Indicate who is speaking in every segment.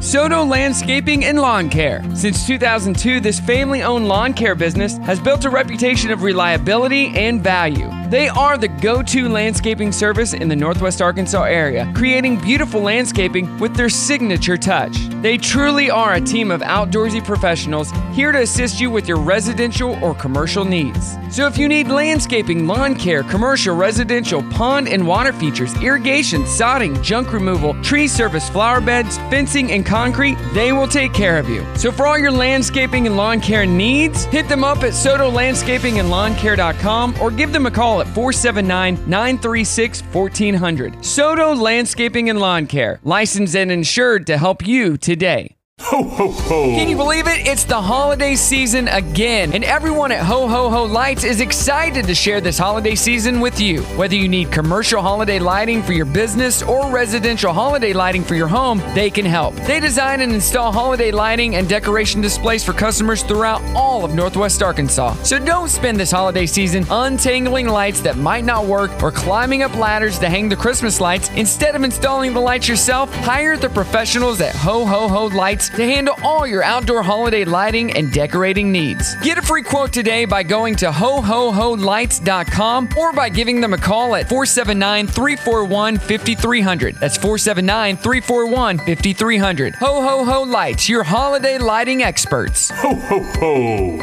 Speaker 1: Soto Landscaping and Lawn Care. Since 2002, this family owned lawn care business has built a reputation of reliability and value. They are the go to landscaping service in the Northwest Arkansas area, creating beautiful landscaping with their signature touch. They truly are a team of outdoorsy professionals here to assist you with your residential or commercial needs. So if you need landscaping, lawn care, commercial, residential, pond and water features, irrigation, sodding, junk removal, tree service, flower beds, fencing, and concrete, they will take care of you. So for all your landscaping and lawn care needs, hit them up at sotolandscapingandlawncare.com or give them a call at 479-936-1400. Soto Landscaping and Lawn Care, licensed and insured to help you today.
Speaker 2: Ho, ho, ho.
Speaker 1: Can you believe it? It's the holiday season again, and everyone at Ho Ho Ho Lights is excited to share this holiday season with you. Whether you need commercial holiday lighting for your business or residential holiday lighting for your home, they can help. They design and install holiday lighting and decoration displays for customers throughout all of Northwest Arkansas. So don't spend this holiday season untangling lights that might not work or climbing up ladders to hang the Christmas lights. Instead of installing the lights yourself, hire the professionals at Ho Ho Ho Lights to handle all your outdoor holiday lighting and decorating needs. Get a free quote today by going to hohoholights.com or by giving them a call at 479 341 5300. That's 479 341 5300. Ho Ho Ho Lights, your holiday lighting experts.
Speaker 2: Ho, ho, ho.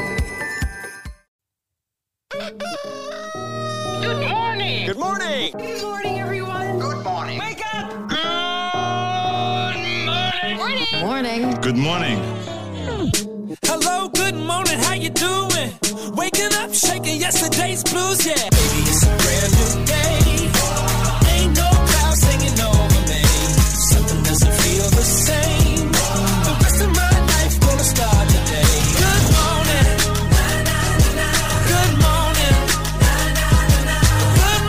Speaker 3: Good morning.
Speaker 4: Good morning.
Speaker 3: Good morning, everyone.
Speaker 4: Good morning.
Speaker 3: Wake up. Good morning. Morning.
Speaker 2: Good morning.
Speaker 5: Hello, good morning, how you doing? Waking up, shaking yesterday's blues, yeah. Baby, it's a brand new day. Ain't no clouds hanging over me. Something doesn't feel the same. The rest of my life gonna start today. Good morning. Good morning. Good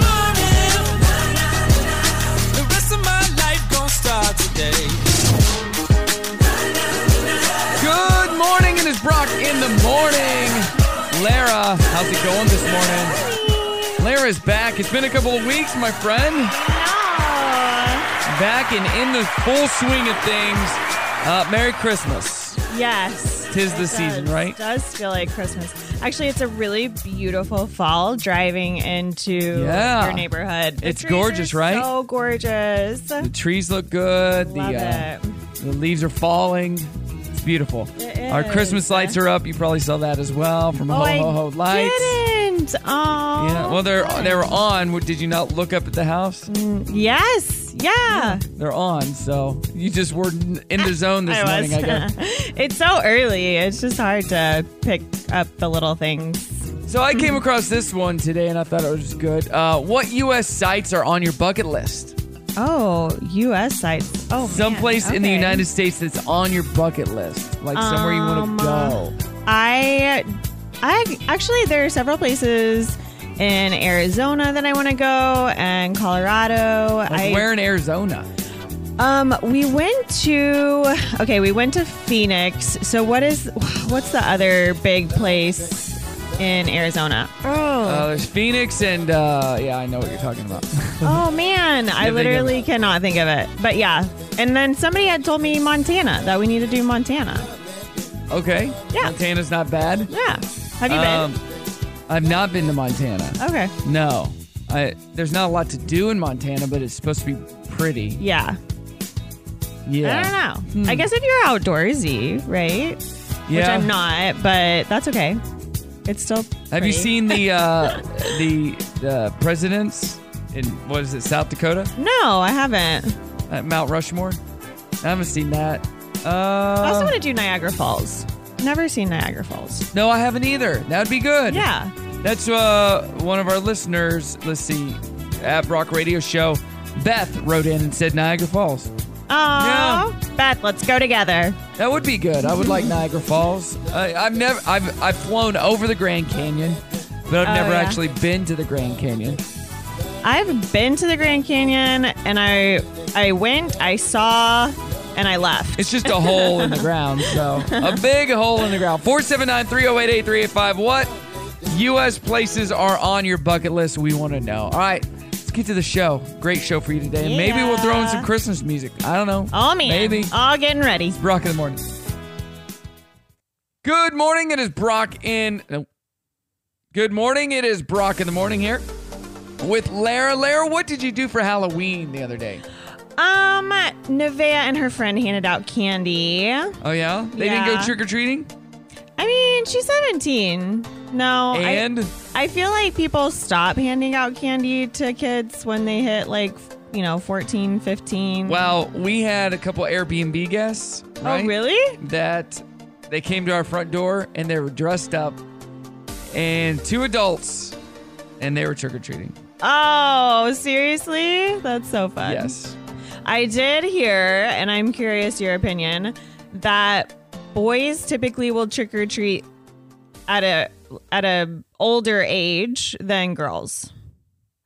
Speaker 5: morning. The rest of my life gonna start today.
Speaker 1: Good morning, it is Brock in the morning. Lara, how's it going this morning? Lara's back. It's been a couple of weeks, my friend. back and in the full swing of things. Uh, Merry Christmas.
Speaker 6: Yes.
Speaker 1: Tis the
Speaker 6: It
Speaker 1: season,
Speaker 6: does.
Speaker 1: right?
Speaker 6: does feel like Christmas. Actually, it's a really beautiful fall driving into
Speaker 1: Yeah.
Speaker 6: your neighborhood. The
Speaker 1: It's
Speaker 6: trees
Speaker 1: gorgeous,
Speaker 6: are
Speaker 1: right?
Speaker 6: So gorgeous.
Speaker 1: The trees look good.
Speaker 6: Love
Speaker 1: the uh,
Speaker 6: it.
Speaker 1: the leaves are falling. It's beautiful.
Speaker 6: It
Speaker 1: Our
Speaker 6: is.
Speaker 1: Christmas lights are up. You probably saw that as well from
Speaker 6: Oh,
Speaker 1: Ho
Speaker 6: I
Speaker 1: Ho Ho Lights.
Speaker 6: didn't. Oh.
Speaker 1: Yeah. Well, they're they were on. What- Did you not look up at the house?
Speaker 6: Yes. Yeah.
Speaker 1: They're on. So you just were n- in the zone this
Speaker 6: I
Speaker 1: morning.
Speaker 6: was.
Speaker 1: I guess.
Speaker 6: it's so early. It's just hard to pick up the little things.
Speaker 1: So I came across this one today, and I thought it was good. Uh, what U.S. sites are on your bucket list?
Speaker 6: Oh, U.S. sites. Oh, man.
Speaker 1: Someplace in the
Speaker 6: Okay.
Speaker 1: United States that's on your bucket list, like somewhere you want
Speaker 6: Um,
Speaker 1: to go.
Speaker 6: I, I actually there are several places in Arizona that I want to go and Colorado.
Speaker 1: Like
Speaker 6: I
Speaker 1: where in Arizona?
Speaker 6: um we went to okay we went to Phoenix. So what is what's the other big place in Arizona? Oh,
Speaker 1: Uh, there's Phoenix, and uh, yeah, I know what you're talking about.
Speaker 6: oh man, I
Speaker 1: think of
Speaker 6: literally
Speaker 1: it.
Speaker 6: cannot think of it. But yeah, and then somebody had told me Montana that we need to do Montana.
Speaker 1: okay,
Speaker 6: Yeah.
Speaker 1: Montana's not bad. Um,
Speaker 6: Yeah, have you been?
Speaker 1: I've not been to Montana.
Speaker 6: Okay,
Speaker 1: No, I, there's not a lot to do in Montana, but it's supposed to be pretty.
Speaker 6: yeah.
Speaker 1: Yeah, Hmm.
Speaker 6: I don't know. I guess if you're outdoorsy, right? Which
Speaker 1: Yeah.
Speaker 6: I'm not, but that's okay. It's still.
Speaker 1: Have you
Speaker 6: pretty.
Speaker 1: seen the uh, the the presidents in what is it, South Dakota,
Speaker 6: No, I haven't.
Speaker 1: at Mount Rushmore? I haven't seen that. Uh,
Speaker 6: I also want to do Niagara Falls. Never seen Niagara Falls.
Speaker 1: no, I haven't either. That'd be good.
Speaker 6: Yeah.
Speaker 1: That's uh, one of our listeners. Let's see, at Brock Radio Show, Beth wrote in and said Niagara Falls.
Speaker 6: Oh,
Speaker 1: Yeah.
Speaker 6: Beth, let's go together.
Speaker 1: That would be good. I would like Niagara Falls. I, I've never, I've, I've flown over the Grand Canyon, but I've
Speaker 6: Oh,
Speaker 1: never
Speaker 6: yeah.
Speaker 1: actually been to the Grand Canyon.
Speaker 6: I've been to the Grand Canyon and I I went, I saw, and I left.
Speaker 1: It's just a hole in the ground. So a big hole in the ground. 479-308-8385. What U.S. places are on your bucket list? We want to know. All right. Let's get to the show. Great show for you today. And Maybe we'll throw in some
Speaker 6: Yeah. Oh,
Speaker 1: Christmas music. I don't know.
Speaker 6: All me.
Speaker 1: Maybe.
Speaker 6: All getting ready.
Speaker 1: Brock in the morning. Good morning. It is Brock in. no. Good morning. It is Brock in the morning here with Lara. Lara, what did you do for Halloween the other day?
Speaker 6: Um, Nevaeh and her friend handed out candy. I
Speaker 1: Oh yeah, they didn't
Speaker 6: Yeah.
Speaker 1: go trick or treating.
Speaker 6: mean, she's 17. No, Oh, I-
Speaker 1: And
Speaker 6: I feel like people stop handing out candy to kids when they hit like, f- you know, 14, 15.
Speaker 1: well, we had a couple Airbnb guests. Right?
Speaker 6: Oh, really?
Speaker 1: That they came to our front door and they were dressed up, and two adults, and they were trick or treating.
Speaker 6: Oh, seriously? That's so fun.
Speaker 1: Yes.
Speaker 6: I did hear, and I'm curious your opinion, that boys typically will trick or treat at a at a older age than girls.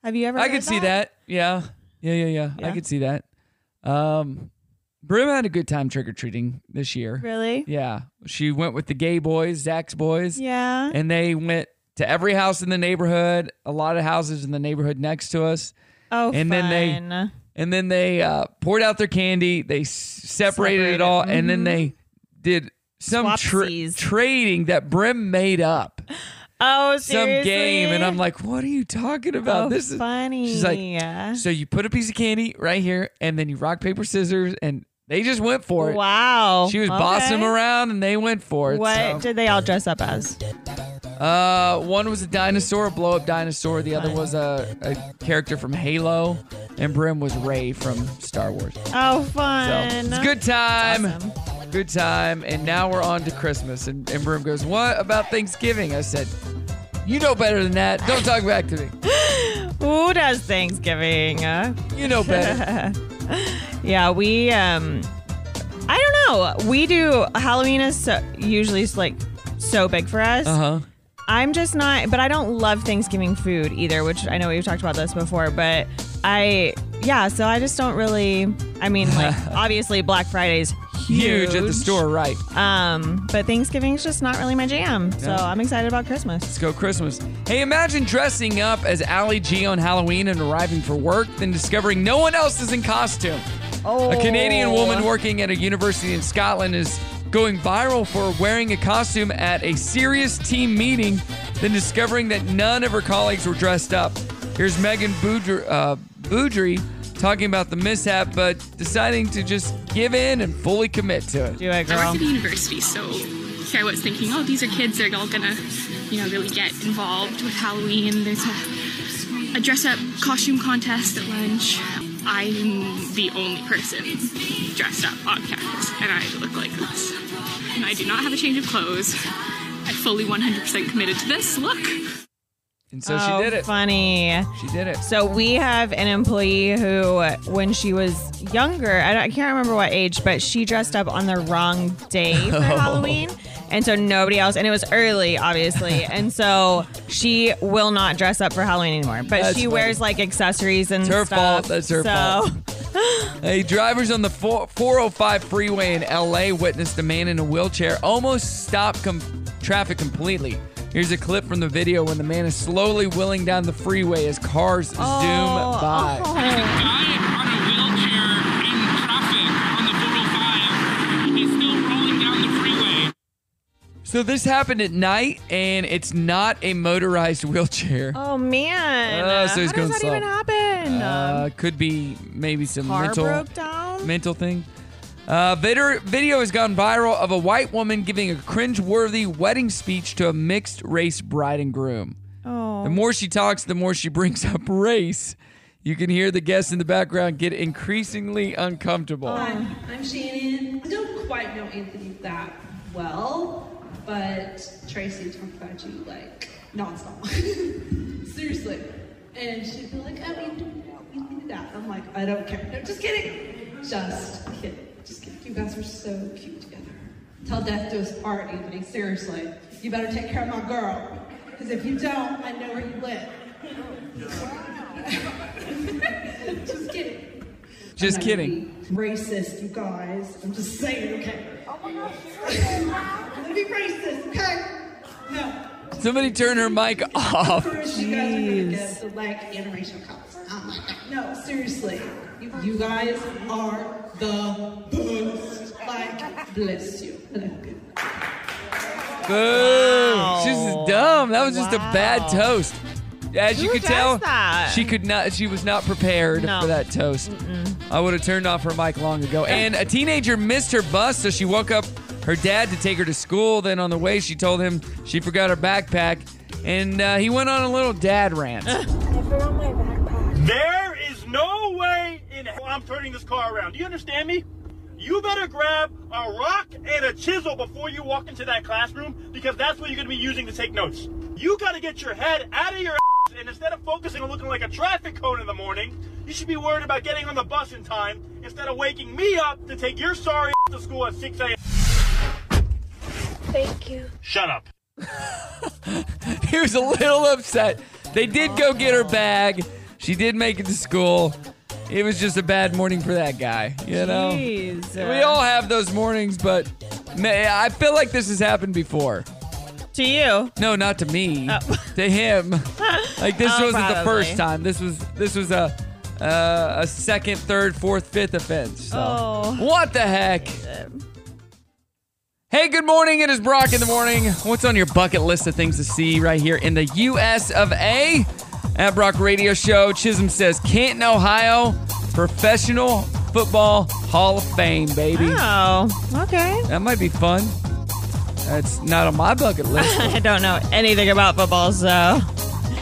Speaker 6: Have you ever?
Speaker 1: I
Speaker 6: heard
Speaker 1: could see that. Yeah. yeah. Yeah, yeah, I
Speaker 6: Yeah.
Speaker 1: could see that. Um Brim had a good time trick or treating this year.
Speaker 6: Really?
Speaker 1: Yeah. She went with the gay boys, Zach's boys,
Speaker 6: Yeah.
Speaker 1: and they went to every house in the neighborhood, a lot of houses in the neighborhood next to us.
Speaker 6: oh,
Speaker 1: and then they-
Speaker 6: fun.
Speaker 1: And then they uh, poured out their candy, they s- separated it
Speaker 6: Separated. Mm-hmm.
Speaker 1: all, and then they did some tra-
Speaker 6: Swapsies.
Speaker 1: trading that Brim made up.
Speaker 6: Oh,
Speaker 1: Some
Speaker 6: seriously?
Speaker 1: game. And I'm like, what are you talking about?
Speaker 6: oh,
Speaker 1: Uh, this is
Speaker 6: funny.
Speaker 1: She's like,
Speaker 6: yeah.
Speaker 1: So you put a piece of candy right here, and then you rock paper scissors, and they just went for it.
Speaker 6: wow.
Speaker 1: She was
Speaker 6: okay.
Speaker 1: bossing them around, and they went for it.
Speaker 6: What
Speaker 1: so.
Speaker 6: did they all dress up as?
Speaker 1: uh, one was a dinosaur, a blow up dinosaur. The other was a, a character from Halo, and Brim was Ray from Star Wars. So
Speaker 6: Oh, fun.
Speaker 1: it's a good time,
Speaker 6: Awesome.
Speaker 1: good time. And now we're on to Christmas, and, and Brim goes, "What about Thanksgiving?" I said, "You know better than that. Don't talk back to me.
Speaker 6: Who does Thanksgiving? Uh,
Speaker 1: You know better."
Speaker 6: Yeah, we um I don't know. We do Halloween is so, usually like so big for us.
Speaker 1: Uh huh.
Speaker 6: I'm just not but I don't love Thanksgiving food either, which I know we've talked about this before, but I yeah, so I just don't really I mean like obviously Black Friday's huge,
Speaker 1: Huge at the store, right?
Speaker 6: Um, but Thanksgiving's just not really my jam. So
Speaker 1: Yeah.
Speaker 6: I'm excited about Christmas.
Speaker 1: Let's go Christmas. Hey, imagine dressing up as Ali G on Halloween and arriving for work, then discovering no one else is in costume.
Speaker 6: Oh.
Speaker 1: A Canadian woman working at a university in Scotland is going viral for wearing a costume at a serious team meeting, then discovering that none of her colleagues were dressed up. Here's Megan Boudre, uh, Boudry talking about the mishap, but deciding to just give in and fully commit to it.
Speaker 6: do it,
Speaker 4: I
Speaker 6: girl.
Speaker 4: worked at a university, so I was thinking, oh, these are kids. They're all gonna, you know, really get involved with Halloween. There's a, a dress-up costume contest at lunch. I'm the only person dressed up on campus, and I look like this. And I do not have a change of clothes. I fully 100% committed to this look.
Speaker 1: And so
Speaker 6: Oh,
Speaker 1: she did it.
Speaker 6: Funny.
Speaker 1: She did it.
Speaker 6: So we have an employee who, when she was younger, I, don't- I can't remember what age, but she dressed up on the wrong day for Halloween. And so nobody else, and it was early, obviously. and so she will not dress up for Halloween anymore, but
Speaker 1: That's
Speaker 6: she
Speaker 1: funny.
Speaker 6: wears like accessories and
Speaker 1: It's her
Speaker 6: stuff.
Speaker 1: fault. That's her
Speaker 6: so,
Speaker 1: fault. Hey, drivers on the four- 405 freeway in LA witnessed a man in a wheelchair almost stop com- traffic completely. Here's a clip from the video when the man is slowly wheeling down the freeway as cars
Speaker 6: Oh.
Speaker 1: zoom by.
Speaker 7: guy on a wheelchair in traffic on the 405 is still rolling down the freeway.
Speaker 1: So this happened at night, and it's not a motorized wheelchair.
Speaker 6: Oh man!
Speaker 1: Oh, so he's
Speaker 6: How
Speaker 1: going
Speaker 6: does that
Speaker 1: slow.
Speaker 6: even happen? Um,
Speaker 1: Uh, could be maybe some
Speaker 6: car
Speaker 1: mental
Speaker 6: broke down.
Speaker 1: mental thing. Uh, video, video has gone viral of a white woman giving a cringe-worthy wedding speech to a mixed-race bride and groom.
Speaker 6: oh,
Speaker 1: The more she talks, the more she brings up race. You can hear the guests in the background get increasingly uncomfortable.
Speaker 8: Hi, I'm Shannon. I don't quite know Anthony that well, but Tracy talked about you like nonstop. Seriously. And she'd be like, oh, you do that, you do that. I'm like, I don't care. No, just kidding. Just kidding. Just kidding. You guys are so cute together. Tell death do us part, Anthony. Seriously. You better take care of my girl. Because if you don't, I know where you live.
Speaker 1: Just
Speaker 8: I'm not
Speaker 1: kidding.
Speaker 8: gonna be Racist, you guys. I'm just saying, okay? Oh my gosh. I'm gonna be racist, okay? No.
Speaker 1: Somebody turn her mic off.
Speaker 8: First, you guys are gonna get the like interracial couples. Oh my god. No, seriously. You, you guys are the best. Like, bless you. I love you.
Speaker 1: Boo! She's just dumb. That was just a bad toast. As you
Speaker 6: Who
Speaker 1: could
Speaker 6: does
Speaker 1: tell,
Speaker 6: that?
Speaker 1: she could not. She was not prepared
Speaker 6: No.
Speaker 1: for that toast. I would have turned off her mic long ago. And a teenager missed her bus, so she woke up her dad to take her to school. Then on the way, she told him she forgot her backpack, and uh, he went on a little dad rant.
Speaker 9: There is no way in hell I'm turning this car around. Do you understand me? You better grab a rock and a chisel before you walk into that classroom because that's what you're going to be using to take notes. You got to get your head out of your ass and instead of focusing on looking like a traffic cone in the morning, you should be worried about getting on the bus in time instead of waking me up to take your sorry ass to school at 6 a.m.
Speaker 3: Thank you.
Speaker 9: Shut up.
Speaker 1: he was a little upset. They did go get her bag. She did make it to school. It was just a bad morning for that guy, you know.
Speaker 6: Jeez.
Speaker 1: We all have those mornings, but ma- I feel like this has happened before.
Speaker 6: to you.
Speaker 1: No, not to me,
Speaker 6: Oh.
Speaker 1: to him. Like this
Speaker 6: Oh,
Speaker 1: wasn't the first
Speaker 6: probably.
Speaker 1: time. This was this was a uh, a second, third, fourth, fifth offense. So.
Speaker 6: Oh.
Speaker 1: What the heck? Hey, good morning. It is Brock in the morning. What's on your bucket list of things to see right here in the U.S. of A? At Brock Radio Show, Chisholm says Canton, Ohio, Professional Football Hall of Fame, baby.
Speaker 6: Oh, okay.
Speaker 1: That might be fun. That's not on my bucket list.
Speaker 6: I don't know anything about football, so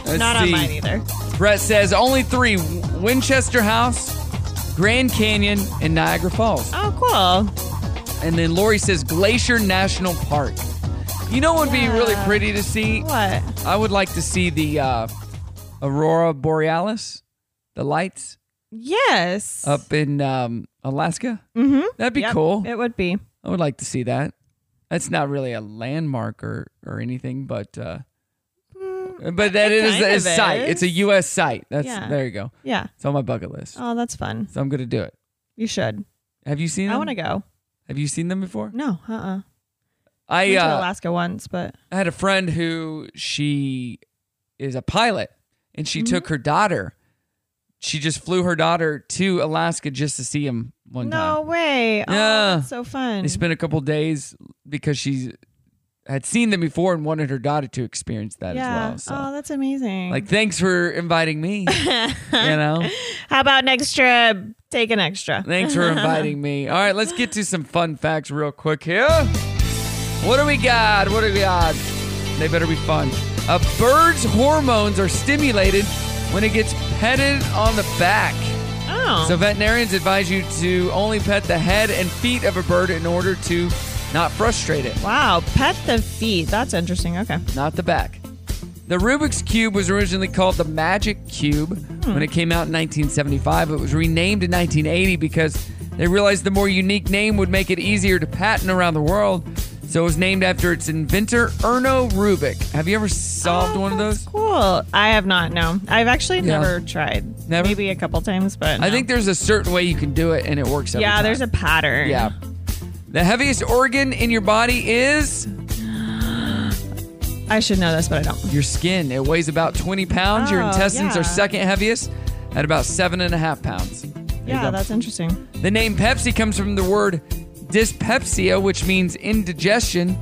Speaker 1: Let's
Speaker 6: not on
Speaker 1: see.
Speaker 6: mine either.
Speaker 1: Brett says only three: Winchester House, Grand Canyon, and Niagara Falls.
Speaker 6: Oh,
Speaker 1: And then Lori says Glacier National Park. You know what would be really
Speaker 6: Yeah.
Speaker 1: pretty to see?
Speaker 6: cool. What?
Speaker 1: I would like to see the uh, aurora borealis, the lights
Speaker 6: Yes.
Speaker 1: up in um, Alaska. Mm-hmm. That'd be
Speaker 6: Yep,
Speaker 1: cool.
Speaker 6: It would be.
Speaker 1: I would like to see that. That's not really a landmark or, or anything, but uh, but that
Speaker 6: it
Speaker 1: is
Speaker 6: Hmm, kind
Speaker 1: a
Speaker 6: of
Speaker 1: site. It's a
Speaker 6: is.
Speaker 1: U.S. site. That's
Speaker 6: Yeah.
Speaker 1: there you go.
Speaker 6: Yeah.
Speaker 1: It's on my bucket list,
Speaker 6: Oh, that's fun.
Speaker 1: so I'm gonna do it.
Speaker 6: You should.
Speaker 1: Have you seen?
Speaker 6: I
Speaker 1: them?
Speaker 6: want to go.
Speaker 1: Have you seen them before?
Speaker 6: No, uh uh
Speaker 1: I
Speaker 6: Went to
Speaker 1: uh,
Speaker 6: Alaska once, but
Speaker 1: I had a friend who she is a pilot and she took
Speaker 6: Mm-hmm.
Speaker 1: her daughter. She just flew her daughter to Alaska just to see him one
Speaker 6: no
Speaker 1: time.
Speaker 6: way. Oh,
Speaker 1: Yeah.
Speaker 6: that's so fun.
Speaker 1: They spent a couple days because she had seen them before and wanted her daughter to experience that
Speaker 6: yeah.
Speaker 1: as well.
Speaker 6: Oh,
Speaker 1: So
Speaker 6: that's amazing.
Speaker 1: like thanks for inviting me. you know?
Speaker 6: How about next trip? Take an extra.
Speaker 1: Thanks for inviting me. All right, let's get to some fun facts real quick here. What do we got? What do we got? They better be fun. A bird's hormones are stimulated when it gets petted on the back.
Speaker 6: Oh.
Speaker 1: So veterinarians advise you to only pet the head and feet of a bird in order to not frustrate it,
Speaker 6: wow. Pet the feet. That's interesting. Okay.
Speaker 1: not the back. The Rubik's Cube was originally called the Magic Cube when it came out in 1975. It was renamed in 1980 because they realized the more unique name would make it easier to patent around the world. So it was named after its inventor, Erno Rubik. Have you ever solved
Speaker 6: Oh,
Speaker 1: one of
Speaker 6: that's
Speaker 1: those?
Speaker 6: Cool. I have not. No, I've actually
Speaker 1: Yeah.
Speaker 6: never tried.
Speaker 1: Never?
Speaker 6: Maybe a couple times, but
Speaker 1: I
Speaker 6: no.
Speaker 1: think there's a certain way you can do it and it works every
Speaker 6: yeah,
Speaker 1: time.
Speaker 6: there's a pattern.
Speaker 1: Yeah. The heaviest organ in your body is
Speaker 6: I should know this, but I don't.
Speaker 1: your skin. It weighs about 20 pounds. your
Speaker 6: Oh,
Speaker 1: intestines
Speaker 6: yeah.
Speaker 1: are second heaviest at about seven and a half pounds. There you
Speaker 6: Yeah,
Speaker 1: go.
Speaker 6: that's interesting.
Speaker 1: The name Pepsi comes from the word dyspepsia, which means indigestion,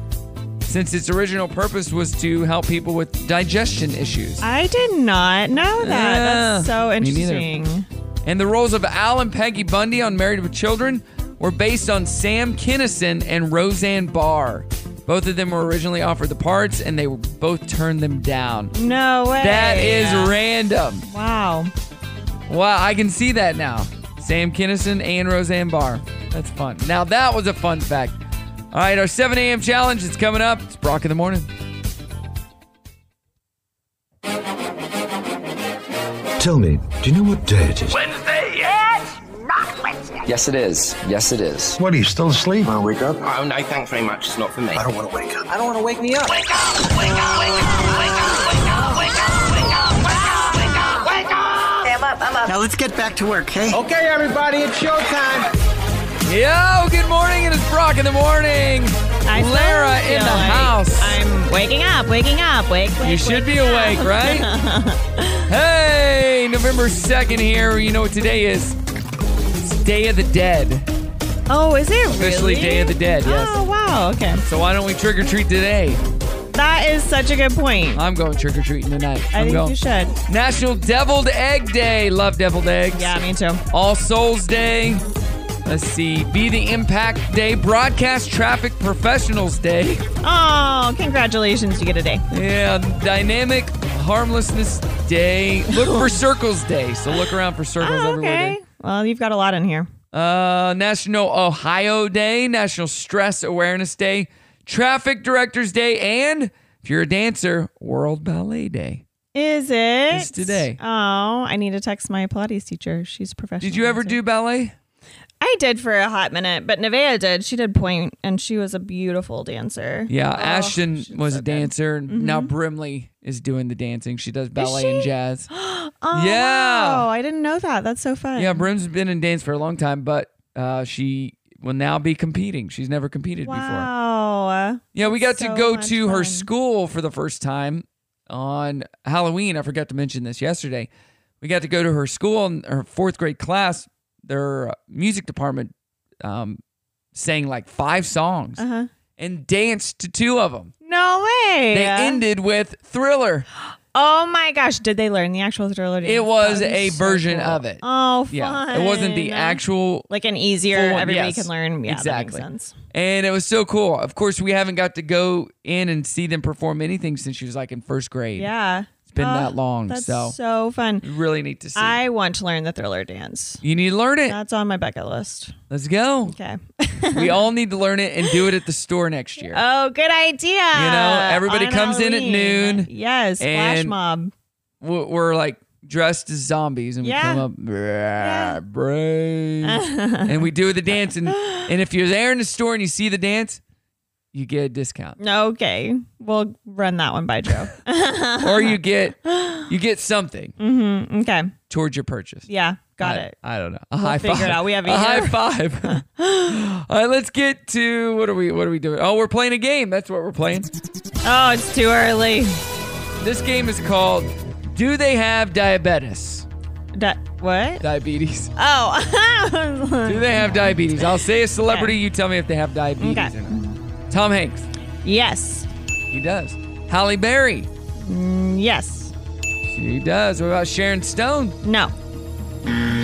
Speaker 1: since its original purpose was to help people with digestion issues.
Speaker 6: I did not know that.
Speaker 1: Yeah.
Speaker 6: That's so
Speaker 1: Me neither.
Speaker 6: interesting.
Speaker 1: And the roles of Al and Peggy Bundy on Married with Children were based on Sam Kinison and Roseanne Barr. Both of them were originally offered the parts, and they both turned them down.
Speaker 6: No way.
Speaker 1: That is random.
Speaker 6: Wow.
Speaker 1: Wow, I can see that now. Sam Kinison and Roseanne Barr. That's fun. Now that was a fun fact. All right, our 7 a.m. challenge is coming up. It's Brock in the morning.
Speaker 10: Tell me, do you know what day it is?
Speaker 11: Yes, it is. Yes, it is.
Speaker 10: What are you still asleep? I'll wake up.
Speaker 11: Oh, no, thanks very much. It's not for me.
Speaker 10: I don't want to wake up.
Speaker 11: don't want to wake me up.
Speaker 3: Wake up! Wake up! Wake up! Wake up! Wake up! Wake up! Wake up! Wake up! Wake up!
Speaker 12: up, I'm up. Now let's get back to work, hey? Okay, everybody, it's showtime.
Speaker 1: Yo, good morning. It is Brock in the morning.
Speaker 6: I still
Speaker 1: Lara in
Speaker 6: feel
Speaker 1: the
Speaker 6: like
Speaker 1: house.
Speaker 6: I'm waking up, waking up, wake, wake
Speaker 1: You should be
Speaker 6: up.
Speaker 1: awake, right? hey, November 2nd here. You know what today is? It's Day of the Dead.
Speaker 6: oh, is it
Speaker 1: Officially
Speaker 6: really?
Speaker 1: Day of the Dead, yes.
Speaker 6: Oh, wow, okay.
Speaker 1: So why don't we trick or treat today?
Speaker 6: That is such a good point.
Speaker 1: I'm going trick or treating tonight.
Speaker 6: I
Speaker 1: am
Speaker 6: think
Speaker 1: going.
Speaker 6: you should.
Speaker 1: National Deviled Egg Day. Love deviled eggs.
Speaker 6: Yeah, me too.
Speaker 1: All Souls Day. Let's see. Be the Impact Day. Broadcast Traffic Professionals Day.
Speaker 6: Oh, congratulations, you get a day.
Speaker 1: Yeah, Dynamic Harmlessness Day. Look for Circles Day. So look around for circles
Speaker 6: Oh,
Speaker 1: everywhere.
Speaker 6: okay. Well, you've got a lot in here.
Speaker 1: Uh, National Ohio Day, National Stress Awareness Day, Traffic Directors Day, and if you're a dancer, World Ballet Day.
Speaker 6: Is it?
Speaker 1: It's today.
Speaker 6: Oh, I need to text my Pilates teacher. She's a professional.
Speaker 1: Did you ever do ballet?
Speaker 6: I did for a hot minute, but Nevaeh did. She did point, and she was a beautiful dancer.
Speaker 1: Yeah,
Speaker 6: Oh,
Speaker 1: Ashton
Speaker 6: she's
Speaker 1: was
Speaker 6: so
Speaker 1: a
Speaker 6: good. Mm-hmm.
Speaker 1: dancer. and Now Brimley is doing the dancing. She does ballet and
Speaker 6: she?
Speaker 1: jazz.
Speaker 6: Oh,
Speaker 1: Yeah.
Speaker 6: wow. I didn't know that. That's so fun.
Speaker 1: Yeah, Brim's been in dance for a long time, but uh, she will now be competing. She's never competed before.
Speaker 6: Wow.
Speaker 1: Yeah, we got
Speaker 6: So
Speaker 1: to go
Speaker 6: much
Speaker 1: to her
Speaker 6: fun.
Speaker 1: school for the first time on Halloween. I forgot to mention this yesterday. We got to go to her school and her fourth grade class. Their uh, music department um, sang like five songs
Speaker 6: Uh-huh.
Speaker 1: and danced to two of them.
Speaker 6: No way.
Speaker 1: They ended with Thriller.
Speaker 6: Oh my gosh. Did they learn the actual thriller? dance?
Speaker 1: It was
Speaker 6: That
Speaker 1: a
Speaker 6: so
Speaker 1: version
Speaker 6: cool.
Speaker 1: of it.
Speaker 6: Oh, fun.
Speaker 1: Yeah, it wasn't the actual
Speaker 6: Like an easier,
Speaker 1: full-
Speaker 6: everybody
Speaker 1: yes,
Speaker 6: can learn. Yeah,
Speaker 1: exactly.
Speaker 6: that makes sense.
Speaker 1: And it was so cool. Of course, we haven't got to go in and see them perform anything since she was like in first grade.
Speaker 6: Yeah.
Speaker 1: It's been
Speaker 6: Oh,
Speaker 1: that long.
Speaker 6: That's
Speaker 1: so,
Speaker 6: so fun.
Speaker 1: we really need to see. Eh.
Speaker 6: I want to learn the thriller dance.
Speaker 1: you need to learn it.
Speaker 6: That's on my bucket list.
Speaker 1: Let's go.
Speaker 6: Okay.
Speaker 1: we all need to learn it and do it at the store next year.
Speaker 6: oh, good idea.
Speaker 1: You know, everybody
Speaker 6: On
Speaker 1: comes in at
Speaker 6: Halloween.
Speaker 1: noon
Speaker 6: Yes, flash
Speaker 1: and-
Speaker 6: mob.
Speaker 1: We're we're like dressed as zombies and we
Speaker 6: Yeah.
Speaker 1: come up, "Brah, brave," and we do the dance. And, and if you're there in the store and you see the dance, you get a discount.
Speaker 6: Okay, we'll run that one by Joe.
Speaker 1: or you get you get something
Speaker 6: mm-hmm. Okay.
Speaker 1: towards your purchase.
Speaker 6: Yeah, got
Speaker 1: I,
Speaker 6: it.
Speaker 1: I don't know. A
Speaker 6: We'll
Speaker 1: high
Speaker 6: figure it
Speaker 1: five.
Speaker 6: out. We have a
Speaker 1: a high
Speaker 6: year.
Speaker 1: five. All right, let's get to what are we what are we doing? Oh, we're playing a game. That's what we're playing.
Speaker 6: Oh, it's too early.
Speaker 1: This game is called Do They Have Diabetes?
Speaker 6: Di- what?
Speaker 1: Diabetes.
Speaker 6: Oh.
Speaker 1: Do they have diabetes? I'll say a celebrity, you tell me if they have diabetes
Speaker 6: Okay.
Speaker 1: or not. Tom Hanks.
Speaker 6: yes.
Speaker 1: He does. Halle Berry.
Speaker 6: Mm, Yes.
Speaker 1: She does. What about Sharon Stone?
Speaker 6: No.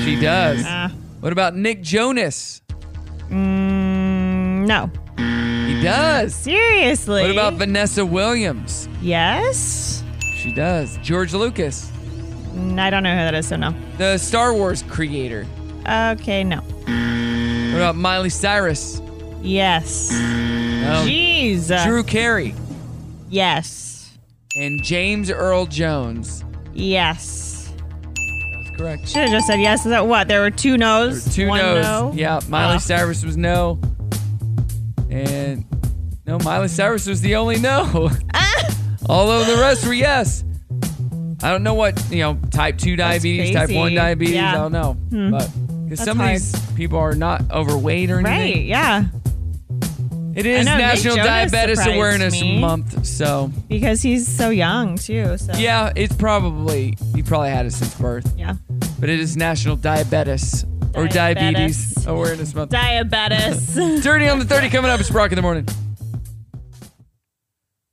Speaker 1: She does.
Speaker 6: Uh,
Speaker 1: What about Nick Jonas?
Speaker 6: mm, no.
Speaker 1: He does.
Speaker 6: Seriously.
Speaker 1: What about Vanessa Williams?
Speaker 6: Yes.
Speaker 1: She does. George Lucas,
Speaker 6: Mm, I don't know who that is, so no.
Speaker 1: the Star Wars creator.
Speaker 6: Okay, no.
Speaker 1: What about Miley Cyrus?
Speaker 6: Yes.
Speaker 1: Um,
Speaker 6: Jeez.
Speaker 1: Drew Carey
Speaker 6: Yes.
Speaker 1: and James Earl Jones.
Speaker 6: Yes.
Speaker 1: That's correct.
Speaker 6: Should have just said yes. Is that what? There were two
Speaker 1: There
Speaker 6: no's.
Speaker 1: were two
Speaker 6: one
Speaker 1: no's.
Speaker 6: No.
Speaker 1: Yeah, Miley
Speaker 6: Ah.
Speaker 1: Cyrus was no. And no, Miley Cyrus was the only no. Although the rest were yes. I don't know what, you know, type 2 diabetes, type 1
Speaker 6: crazy.
Speaker 1: diabetes,
Speaker 6: Yeah. Hmm.
Speaker 1: I don't know. But because
Speaker 6: That's
Speaker 1: some
Speaker 6: hard.
Speaker 1: of these people are not overweight or
Speaker 6: Right.
Speaker 1: anything.
Speaker 6: Yeah.
Speaker 1: It is
Speaker 6: know, Nick
Speaker 1: National
Speaker 6: Jonas
Speaker 1: Diabetes
Speaker 6: surprised
Speaker 1: Awareness
Speaker 6: me.
Speaker 1: Month, so
Speaker 6: Because he's so young too. So.
Speaker 1: yeah, it's probably he probably had it since birth.
Speaker 6: Yeah.
Speaker 1: But it is National Diabetes or
Speaker 6: Diabetes.
Speaker 1: Diabetes Awareness Month.
Speaker 6: Diabetes.
Speaker 1: Dirty on the 30 coming up. It's Brock in the morning.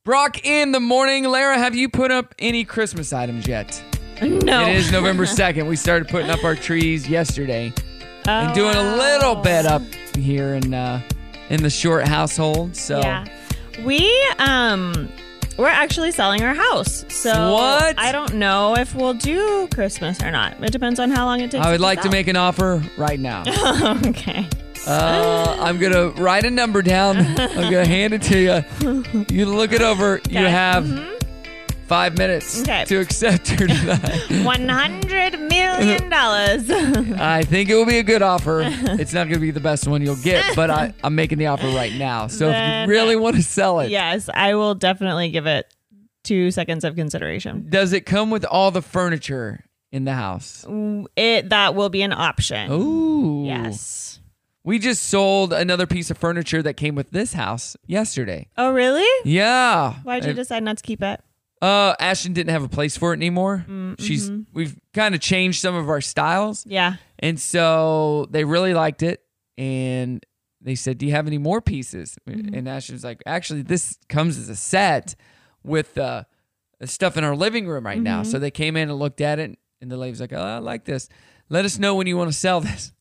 Speaker 1: Brock in the morning. Lara, have you put up any Christmas items yet?
Speaker 6: no.
Speaker 1: It is November 2nd. We started putting up our trees yesterday and
Speaker 6: Oh,
Speaker 1: doing a little
Speaker 6: wow.
Speaker 1: bit up here in uh, in the short household. So
Speaker 6: Yeah. We um we're actually selling our house. So
Speaker 1: What?
Speaker 6: I don't know if we'll do Christmas or not. It depends on how long it takes.
Speaker 1: I would like to
Speaker 6: sell.
Speaker 1: make an offer right now.
Speaker 6: okay.
Speaker 1: Uh, I'm going to write a number down. I'm going to hand it to you. You look it over. You
Speaker 6: Okay. Mm-hmm.
Speaker 1: have five minutes
Speaker 6: Okay.
Speaker 1: to accept or deny.
Speaker 6: One hundred million dollars.
Speaker 1: I think it will be a good offer. It's not going to be the best one you'll get, but I, I'm making the offer right now. So if
Speaker 6: Then-
Speaker 1: you really want to sell it,
Speaker 6: yes, I will definitely give it two seconds of consideration.
Speaker 1: does it come with all the furniture in the house?
Speaker 6: It that will be an option.
Speaker 1: Ooh.
Speaker 6: Yes.
Speaker 1: We just sold another piece of furniture that came with this house yesterday.
Speaker 6: Oh, really?
Speaker 1: Yeah.
Speaker 6: Why'd you
Speaker 1: Uh,
Speaker 6: decide not to keep it?
Speaker 1: Uh, Ashton didn't have a place for it anymore.
Speaker 6: Mm,
Speaker 1: She's
Speaker 6: mm-hmm.
Speaker 1: we've kind of changed some of our styles.
Speaker 6: Yeah.
Speaker 1: And so they really liked it and they said, "Do you have any more pieces?"
Speaker 6: Mm-hmm.
Speaker 1: And Ashton's like, "Actually, this comes as a set with uh the stuff in our living room right now."
Speaker 13: Mhm.
Speaker 6: Mm-hmm.
Speaker 1: So they came in and looked at it and the lady's like, "Oh, I like this. Let us know when you want to sell this."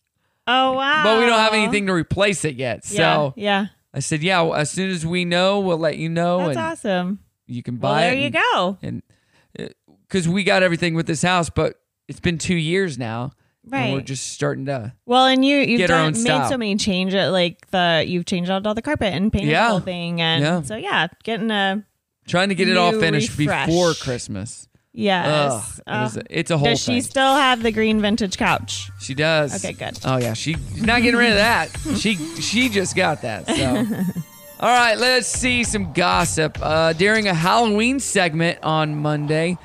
Speaker 6: Oh wow.
Speaker 1: But we don't have anything to replace it yet.
Speaker 6: Yeah,
Speaker 1: So
Speaker 6: yeah.
Speaker 1: I said, "Yeah, well, as soon as we know, we'll let you know."
Speaker 6: That's
Speaker 1: and
Speaker 6: awesome.
Speaker 1: You can buy
Speaker 6: Well, there
Speaker 1: it.
Speaker 6: you
Speaker 1: and-
Speaker 6: go.
Speaker 1: And because we got everything with this house, but it's been two years now, and we're
Speaker 6: Right.
Speaker 1: just starting to.
Speaker 6: Well, and you you've
Speaker 1: Get our own
Speaker 6: done, made
Speaker 1: style.
Speaker 6: so many changes, like the you've changed out all the carpet and painted
Speaker 1: Yeah.
Speaker 6: the whole thing, and
Speaker 1: Yeah.
Speaker 6: so yeah, getting a
Speaker 1: Trying to get it all
Speaker 6: New
Speaker 1: finished
Speaker 6: refresh.
Speaker 1: before Christmas.
Speaker 6: yes.
Speaker 1: Ugh, it is
Speaker 6: Oh.
Speaker 1: a- it's a whole
Speaker 6: Does she
Speaker 1: thing.
Speaker 6: still have the green vintage couch?
Speaker 1: She does.
Speaker 6: Okay, good.
Speaker 1: Oh yeah, she- she's not getting rid of that. She she just got that. So. All right, let's see some gossip. Uh, during a Halloween segment on Monday,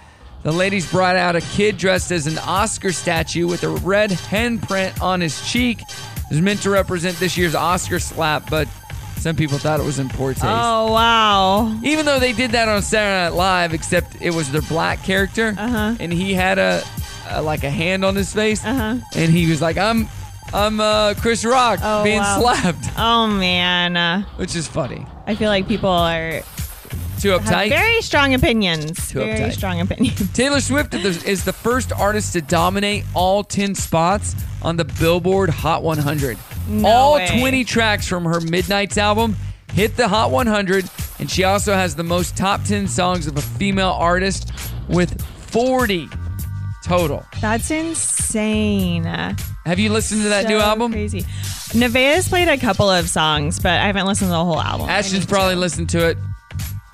Speaker 1: the ladies brought out a kid dressed as an Oscar statue with a red handprint on his cheek. It was meant to represent this year's Oscar slap, but some people thought it was in poor taste.
Speaker 6: Oh wow!
Speaker 1: Even though they did that on Saturday Night Live, except it was their black character, uh-huh. and he had a, a like a hand on his face, uh-huh. and he was like, "I'm, I'm uh, Chris Rock
Speaker 6: Oh,
Speaker 1: being
Speaker 6: wow.
Speaker 1: slapped,"
Speaker 6: Oh man, uh,
Speaker 1: which is funny.
Speaker 6: I feel like people are
Speaker 1: Too
Speaker 6: have
Speaker 1: uptight.
Speaker 6: very strong opinions.
Speaker 1: Too
Speaker 6: very
Speaker 1: uptight.
Speaker 6: strong opinions.
Speaker 1: Taylor Swift is is the first artist to dominate all 10 spots on the Billboard Hot 100.
Speaker 13: No
Speaker 1: all
Speaker 13: way.
Speaker 1: 20 tracks from her Midnight's album hit the Hot 100, and she also has the most top 10 songs of a female artist with 40 total.
Speaker 6: That's insane. Have
Speaker 1: Have you listened to that new album?
Speaker 6: Crazy. Nevaeh's played a couple of songs, but I haven't listened to the whole album.
Speaker 1: Ashton's probably listened to it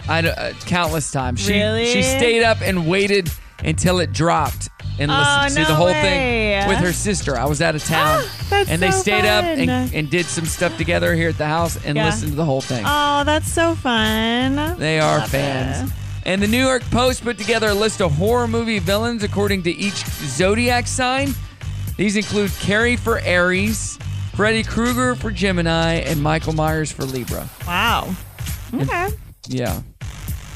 Speaker 1: I, don't- uh, countless times. She,
Speaker 6: Really?
Speaker 1: she stayed up and waited until it dropped and
Speaker 6: Oh,
Speaker 1: listened to the
Speaker 6: no
Speaker 1: whole
Speaker 6: way.
Speaker 1: thing with her sister. I was out of town.
Speaker 6: that's
Speaker 1: and they
Speaker 6: so
Speaker 1: stayed up and,
Speaker 6: fun.
Speaker 1: and did some stuff together here at the house and
Speaker 6: Yeah.
Speaker 1: listened to the whole thing.
Speaker 6: Oh, that's so fun.
Speaker 1: They are
Speaker 6: Love
Speaker 1: fans.
Speaker 6: it.
Speaker 1: And the New York Post put together a list of horror movie villains according to each zodiac sign. These include Carrie for Aries, Freddy Krueger for Gemini, and Michael Myers for Libra.
Speaker 6: Wow. Okay.
Speaker 1: Yeah.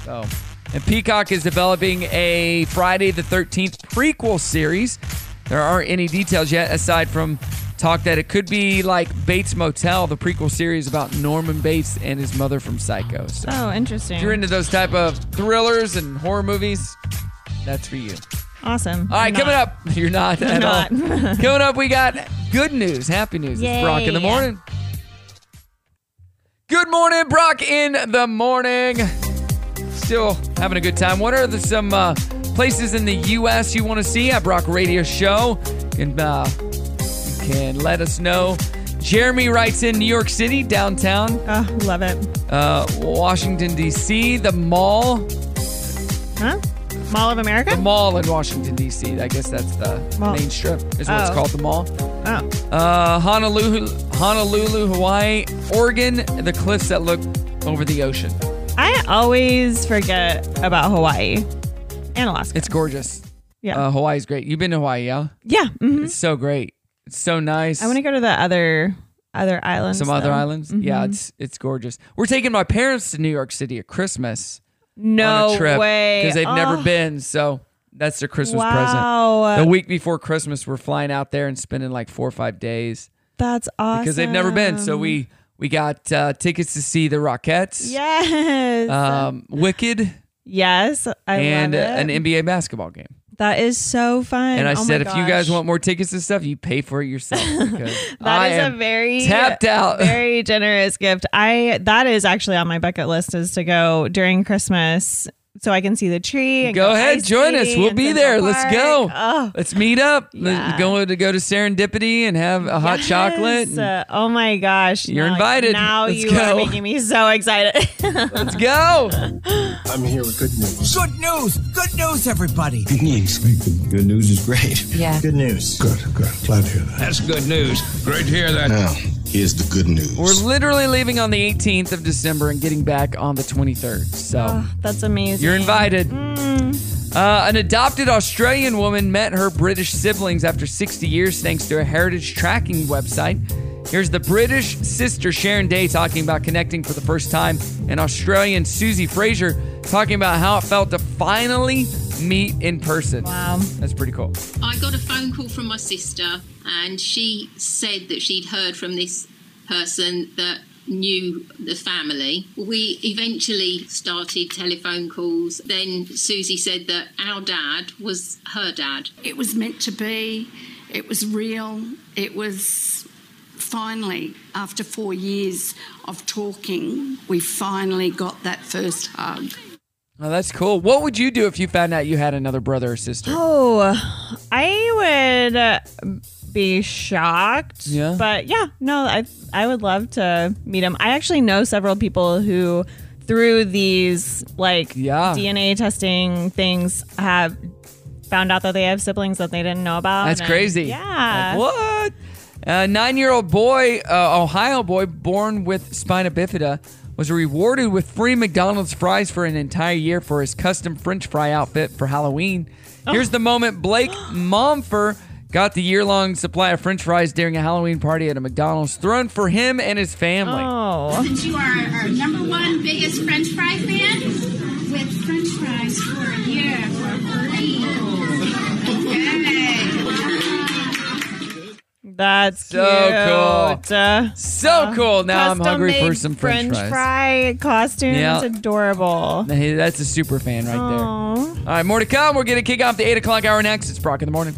Speaker 1: So, and Peacock is developing a Friday the 13th prequel series. There aren't any details yet, aside from talk that it could be like Bates Motel, the prequel series about Norman Bates and his mother from Psycho. So,
Speaker 6: Oh, interesting.
Speaker 1: if you're into those type of thrillers and horror movies, that's for you.
Speaker 6: awesome.
Speaker 1: All right,
Speaker 6: I'm
Speaker 1: coming
Speaker 6: not.
Speaker 1: up, you're not
Speaker 6: I'm
Speaker 1: at
Speaker 6: not.
Speaker 1: all. coming up, we got good news, happy news. It's Brock in the
Speaker 6: Yay.
Speaker 1: morning. Good morning, Brock in the morning. Still having a good time. What are the, some uh, places in the U.S. you want to see at Brock Radio Show? And uh, you can let us know. Jeremy writes in New York City, downtown.
Speaker 6: Oh, love it.
Speaker 1: Uh, Washington, D.C., the mall.
Speaker 6: Huh? Mall of America?
Speaker 1: The mall in Washington, D.C. I guess that's the
Speaker 6: Mall.
Speaker 1: main strip, is what it's
Speaker 6: Oh.
Speaker 1: called, the mall.
Speaker 6: Oh.
Speaker 1: Uh, Honolulu, Honolulu, Hawaii, Oregon, the cliffs that look over the ocean.
Speaker 6: I always forget about Hawaii and Alaska.
Speaker 1: It's gorgeous.
Speaker 6: Yeah.
Speaker 1: Uh, Hawaii's great. You've been to Hawaii, yeah?
Speaker 6: yeah. mhm.
Speaker 1: It's so great. It's so nice.
Speaker 6: I want to go to the other other islands.
Speaker 1: Some other
Speaker 6: though.
Speaker 1: islands. Yeah,
Speaker 6: Mhm.
Speaker 1: it's it's gorgeous. We're taking my parents to New York City at Christmas.
Speaker 6: No
Speaker 1: on a trip
Speaker 6: way.
Speaker 1: Because they've never
Speaker 6: Oh.
Speaker 1: been. So that's their Christmas
Speaker 6: Wow.
Speaker 1: present. The week before Christmas, we're flying out there and spending like four or five days
Speaker 6: That's awesome.
Speaker 1: because they've never been. So we we got uh, tickets to see the Rockettes,
Speaker 6: Yes.
Speaker 1: um, Wicked,
Speaker 6: yes. I
Speaker 1: and
Speaker 6: love
Speaker 1: uh,
Speaker 6: it.
Speaker 1: an NBA basketball game.
Speaker 6: That is so fun.
Speaker 1: And I
Speaker 6: Oh my
Speaker 1: said, if you guys
Speaker 6: gosh.
Speaker 1: want more tickets and stuff, you pay for it yourself. Because I
Speaker 6: that is
Speaker 1: am
Speaker 6: a very
Speaker 1: tapped out.
Speaker 6: very generous gift. I that is actually on my bucket list is to go during Christmas so I can see the tree. And
Speaker 1: go ahead,
Speaker 6: ice
Speaker 1: join us.
Speaker 6: skating
Speaker 1: We'll
Speaker 6: in
Speaker 1: be
Speaker 6: Central
Speaker 1: there. Let's
Speaker 6: Park.
Speaker 1: go.
Speaker 6: Oh,
Speaker 1: Let's meet up. Let's go to go to Serendipity and have a hot chocolate.
Speaker 6: Oh, yes.
Speaker 1: and
Speaker 6: Uh, oh my gosh!
Speaker 1: You're
Speaker 6: Now-
Speaker 1: invited.
Speaker 6: Now
Speaker 1: Let's
Speaker 6: you
Speaker 1: go.
Speaker 6: are making me so excited. Let's
Speaker 1: go.
Speaker 10: I'm here with good news.
Speaker 12: Good news! Good news, everybody!
Speaker 10: Good news. Good news is great. Yeah. Good news. Good, good. Glad to hear that.
Speaker 12: That's good news. Great to hear that.
Speaker 10: Now, here's the good news.
Speaker 1: We're literally leaving on the 18th
Speaker 6: Oh.
Speaker 1: of December and getting back on the 23rd. So
Speaker 6: That's amazing.
Speaker 1: you're invited. Uh, an adopted Australian woman met her British siblings after 60 years thanks to a heritage tracking website. Here's the British sister Sharon Day talking about connecting for the first time, and Australian Susie Fraser talking about how it felt to finally meet in person. Wow. That's pretty cool.
Speaker 13: I got a phone call from my sister, and she said that she'd heard from this person that knew the family. We eventually started telephone calls. Then Susie said that our dad was her dad.
Speaker 14: It was meant to be, it was real, it was finally, after four years of talking, we finally got that first hug.
Speaker 1: Oh, that's cool. What would you do if you found out you had another brother or sister?
Speaker 6: Oh, I would uh, be shocked.
Speaker 1: Yeah.
Speaker 6: But yeah, no, I I would love to meet him. I actually know several people who through these like DNA testing things have found out that they have siblings that they didn't know about.
Speaker 1: That's
Speaker 6: and-
Speaker 1: crazy.
Speaker 6: Yeah.
Speaker 1: Like, what? A nine year old boy, uh, Ohio boy, born with spina bifida, was rewarded with free McDonald's fries for an entire year for his custom French fry outfit for Halloween. Here's the moment Blake Momfer got the year long supply of French fries during a Halloween party at a McDonald's thrown for him and his family.
Speaker 6: Oh.
Speaker 15: Since you are our number one biggest French fry fan, with French fries for a year for free.
Speaker 6: That's
Speaker 1: So
Speaker 6: cute. Uh, cool.
Speaker 1: So cool. Now I'm hungry for some French fries.
Speaker 6: fry costume.
Speaker 1: Yeah.
Speaker 6: It's adorable.
Speaker 1: Hey, that's a super fan right there.
Speaker 6: Aw.
Speaker 1: All right, more to come. We're going to kick off the 8 o'clock hour next. It's Brock in the morning.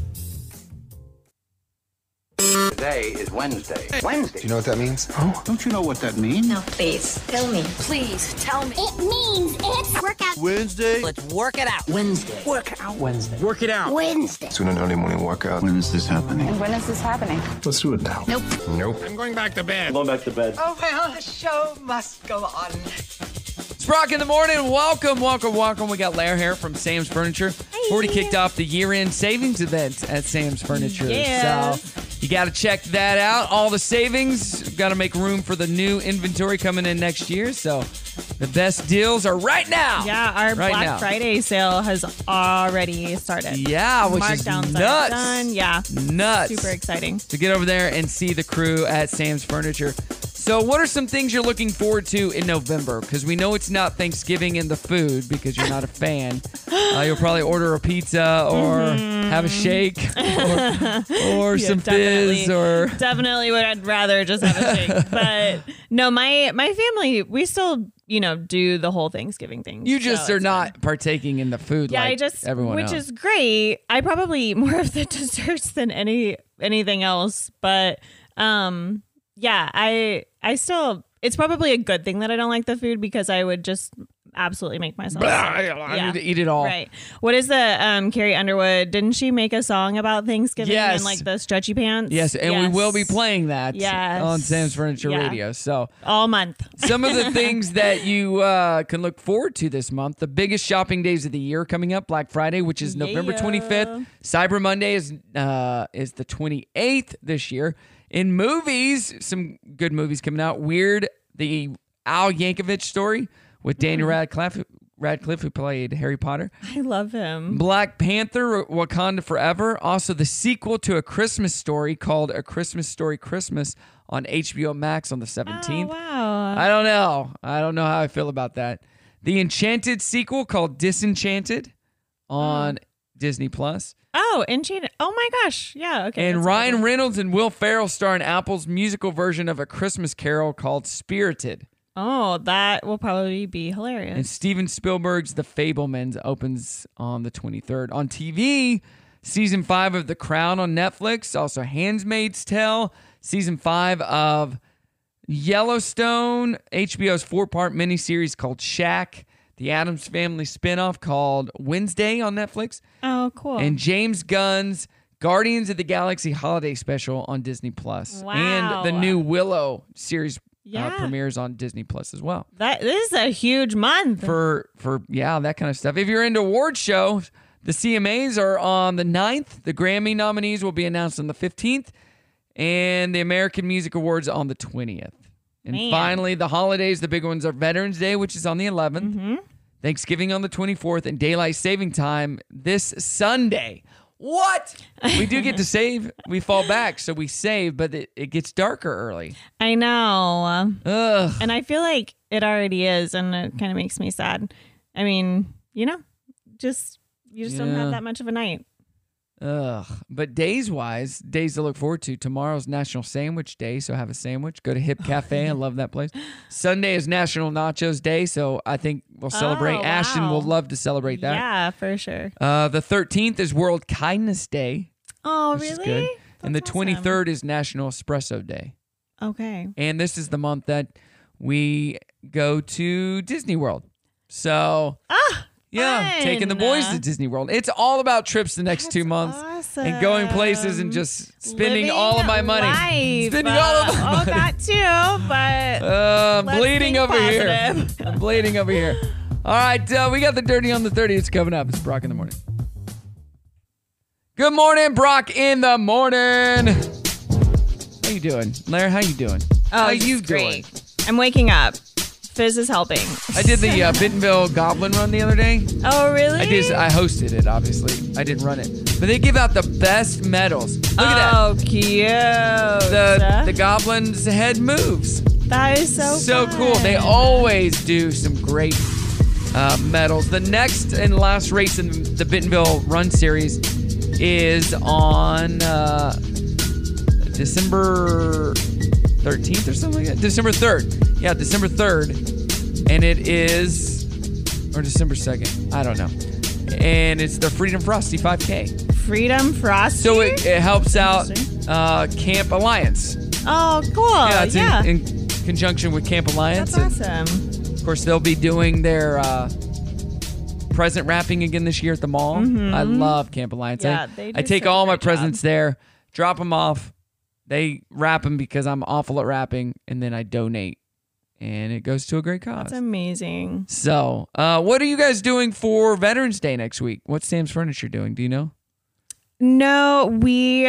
Speaker 12: Today is Wednesday. Wednesday. Do you know what that means? Oh, don't you know what that means? No, please.
Speaker 15: Tell me. Please tell me. It means it's workout.
Speaker 12: Wednesday.
Speaker 15: Let's work it out.
Speaker 12: Wednesday.
Speaker 15: Work it out.
Speaker 12: Wednesday. Work it out.
Speaker 15: Wednesday.
Speaker 12: Soon an early morning workout. When is this happening?
Speaker 15: And when is this happening?
Speaker 12: Let's do it now.
Speaker 15: Nope.
Speaker 12: Nope.
Speaker 15: I'm going back to bed.
Speaker 12: I'm going back to bed.
Speaker 15: Oh well, the show must go on.
Speaker 1: It's Brock in the morning. Welcome, welcome, welcome. We got Lair here from Sam's Furniture. We've already kicked off the year-end savings event at Sam's Furniture.
Speaker 6: Yeah.
Speaker 1: So you got to check that out. All the savings. Got to make room for the new inventory coming in next year. So the best deals are right now.
Speaker 6: Yeah, our
Speaker 1: Right
Speaker 6: Black
Speaker 1: now.
Speaker 6: Friday sale has already started.
Speaker 1: Yeah, which is
Speaker 6: Markdowns are
Speaker 1: nuts.
Speaker 6: done. Yeah,
Speaker 1: Nuts.
Speaker 6: Super exciting.
Speaker 1: So get over there and see the crew at Sam's Furniture. So, what are some things you're looking forward to in November? Because we know it's not Thanksgiving and the food because you're not a fan. Uh, you'll probably order a pizza or have a shake or, or
Speaker 6: Mm-hmm. Yeah,
Speaker 1: some fizz
Speaker 6: definitely.
Speaker 1: or.
Speaker 6: definitely would I'd rather just have a shake. but no, my my family we still you know do the whole Thanksgiving thing.
Speaker 1: You just
Speaker 6: So
Speaker 1: are
Speaker 6: it's-
Speaker 1: not partaking in the food
Speaker 6: yeah.
Speaker 1: like
Speaker 6: I just
Speaker 1: everyone else.
Speaker 6: which is great. I probably eat more of the desserts than any anything else. But um, yeah, I I still it's probably a good thing that I don't like the food because I would just absolutely make myself.
Speaker 1: Blah,
Speaker 6: sick.
Speaker 1: I need to eat it all.
Speaker 6: Right. What is the um Carrie Underwood? Didn't she make a song about Thanksgiving
Speaker 1: Yes.
Speaker 6: and like the stretchy pants?
Speaker 1: Yes, and we will be playing that
Speaker 6: Yes.
Speaker 1: on Sam's Furniture
Speaker 6: Yeah.
Speaker 1: Radio. So
Speaker 6: all month.
Speaker 1: Some of the things that you uh, can look forward to this month: the biggest shopping days of the year coming up, Black Friday, which is November
Speaker 6: Yeah.
Speaker 1: 25th. Cyber Monday is uh, is the 28th this year. In movies, some good movies coming out. Weird, the Al Yankovic story with Daniel Radcliffe, Radcliffe who played Harry Potter.
Speaker 6: I love him.
Speaker 1: Black Panther Wakanda Forever, also the sequel to A Christmas Story called A Christmas Story Christmas on HBO Max on the 17th.
Speaker 6: Oh, wow.
Speaker 1: I don't know. I don't know how I feel about that. The Enchanted sequel called Disenchanted on
Speaker 6: Hmm.
Speaker 1: Disney Plus.
Speaker 6: Oh, Enchanted. Oh my gosh. Yeah. Okay.
Speaker 1: and
Speaker 6: that's
Speaker 1: Ryan
Speaker 6: cool.
Speaker 1: Reynolds and Will Ferrell star in Apple's musical version of A Christmas Carol called Spirited.
Speaker 6: Oh, that will probably be hilarious.
Speaker 1: And Steven Spielberg's The Fablemans opens on the 23rd. On TV, season five of The Crown on Netflix, also Handmaid's Tale, season five of Yellowstone, HBO's four part miniseries called Shack, the Adams Family spinoff called Wednesday on Netflix,
Speaker 6: oh, cool.
Speaker 1: and James Gunn's Guardians of the Galaxy holiday special on Disney Plus. And the
Speaker 6: Wow.
Speaker 1: new Willow series
Speaker 6: Yeah.
Speaker 1: uh, premieres on Disney Plus as well
Speaker 6: that this is a huge month.
Speaker 1: for for yeah that kind of stuff if you're into award shows the cmas are on the 9th the grammy nominees will be announced on the 15th and the american music awards on the 20th and
Speaker 6: Man.
Speaker 1: finally the holidays the big ones are veterans day which is on the 11th Thanksgiving on the 24th, and daylight saving time this Sunday. What? We do get to save. We fall back, so we save, but it, it gets darker early.
Speaker 6: I know. And I feel like it already is, and it kind of makes me sad. I mean, you know, just you just don't
Speaker 1: Yeah.
Speaker 6: have that much of a night.
Speaker 1: Ugh. But days wise, days to look forward to. Tomorrow's National Sandwich Day, so have a sandwich. Go to Hip
Speaker 6: Oh.
Speaker 1: Cafe. I love that place. Sunday is National Nachos Day, so I think we'll celebrate.
Speaker 6: Oh,
Speaker 1: Ashton
Speaker 6: wow.
Speaker 1: will love to celebrate that.
Speaker 6: Yeah, for sure.
Speaker 1: Uh, the 13th is World Kindness Day.
Speaker 6: Oh,
Speaker 1: which is
Speaker 6: really?
Speaker 1: good. and the 23rd is National Espresso Day.
Speaker 6: Okay.
Speaker 1: And this is the month that we go to Disney World. So, yeah,
Speaker 6: Ah, fun.
Speaker 1: taking the boys to Disney World. It's all about trips the next two months and going places and just spending
Speaker 6: Um, Living
Speaker 1: all of my money.
Speaker 6: life.
Speaker 1: Spending all of my
Speaker 6: Uh,
Speaker 1: money.
Speaker 6: Oh, that too, but
Speaker 1: Uh, I'm
Speaker 6: Let's
Speaker 1: bleeding
Speaker 6: think
Speaker 1: over
Speaker 6: positive.
Speaker 1: here. I'm bleeding over here. All right, uh, we got the dirty on the 30th coming up. It's Brock in the morning. Good morning, Brock in the morning. How you doing, Larry? How you doing?
Speaker 6: Oh,
Speaker 1: how
Speaker 6: this
Speaker 1: you
Speaker 6: is great. I'm waking up. Fizz is helping.
Speaker 1: I did the uh, Bentonville Goblin Run the other day.
Speaker 6: Oh, really?
Speaker 1: I just I hosted it, obviously. I didn't run it, but they give out the best medals. Look at that.
Speaker 6: oh, cute.
Speaker 1: The the goblin's head moves.
Speaker 6: that is so
Speaker 1: cool. They always do some great uh, medals. The next and last race in the Bentonville Run Series is on uh, December 13th or something like that. December 3rd. Yeah, December 3rd. And it is, or December 2nd. I don't know. And it's the Freedom Frosty 5K.
Speaker 6: Freedom Frosty.
Speaker 1: So it, it helps out uh, Camp Alliance.
Speaker 6: Oh, cool.
Speaker 1: Yeah, it's
Speaker 6: yeah.
Speaker 1: In, in conjunction with Camp Alliance. and-
Speaker 6: That's awesome.
Speaker 1: of course, they'll be doing their uh, present wrapping again this year at the mall.
Speaker 6: Mhm.
Speaker 1: I love Camp Alliance. I-
Speaker 6: Yeah, they
Speaker 1: I
Speaker 6: do
Speaker 1: take
Speaker 6: such a
Speaker 1: all my
Speaker 6: great job.
Speaker 1: presents there, drop them off. They wrap them because I'm awful at wrapping, and then I donate, and it goes to a great cause.
Speaker 6: That's amazing.
Speaker 1: so, uh, what are you guys doing for Veterans Day next week? What's Sam's Furniture doing? Do you know?
Speaker 6: No, we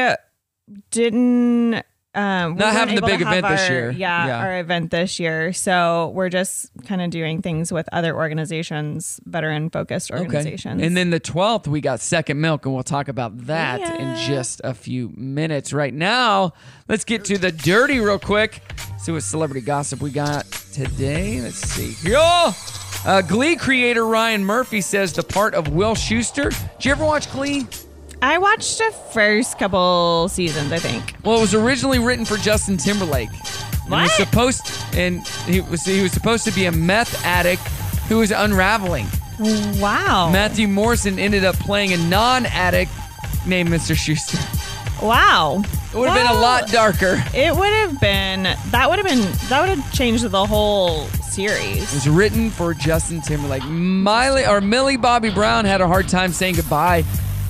Speaker 6: didn't. Um, we
Speaker 1: Not
Speaker 6: weren't
Speaker 1: having the
Speaker 6: able to
Speaker 1: big
Speaker 6: have
Speaker 1: event this
Speaker 6: our-
Speaker 1: year.
Speaker 6: Yeah,
Speaker 1: Yeah.
Speaker 6: our event this year. So we're just kind of doing things with other organizations, veteran focused organizations.
Speaker 1: Okay. And then the 12th, we got Second Milk, and we'll talk about that in just a few minutes. Right now, let's get to the dirty real quick. See what celebrity gossip we got today. Let's see. Yo! Uh, Glee creator Ryan Murphy says the part of Will Schuster. Did you ever watch Glee?
Speaker 6: I watched the first couple seasons, I think.
Speaker 1: Well, it was originally written for Justin Timberlake. And It was supposed and he was he was supposed to be a meth addict who was unraveling.
Speaker 6: Wow.
Speaker 1: Matthew Morrison ended up playing a non addict named Mr. Schuster.
Speaker 6: Wow.
Speaker 1: It would have been a
Speaker 6: Well,
Speaker 1: lot darker.
Speaker 6: It would have been that would have been that would have changed the whole series.
Speaker 1: It was written for Justin Timberlake. Miley or Millie Bobby Brown had a hard time saying goodbye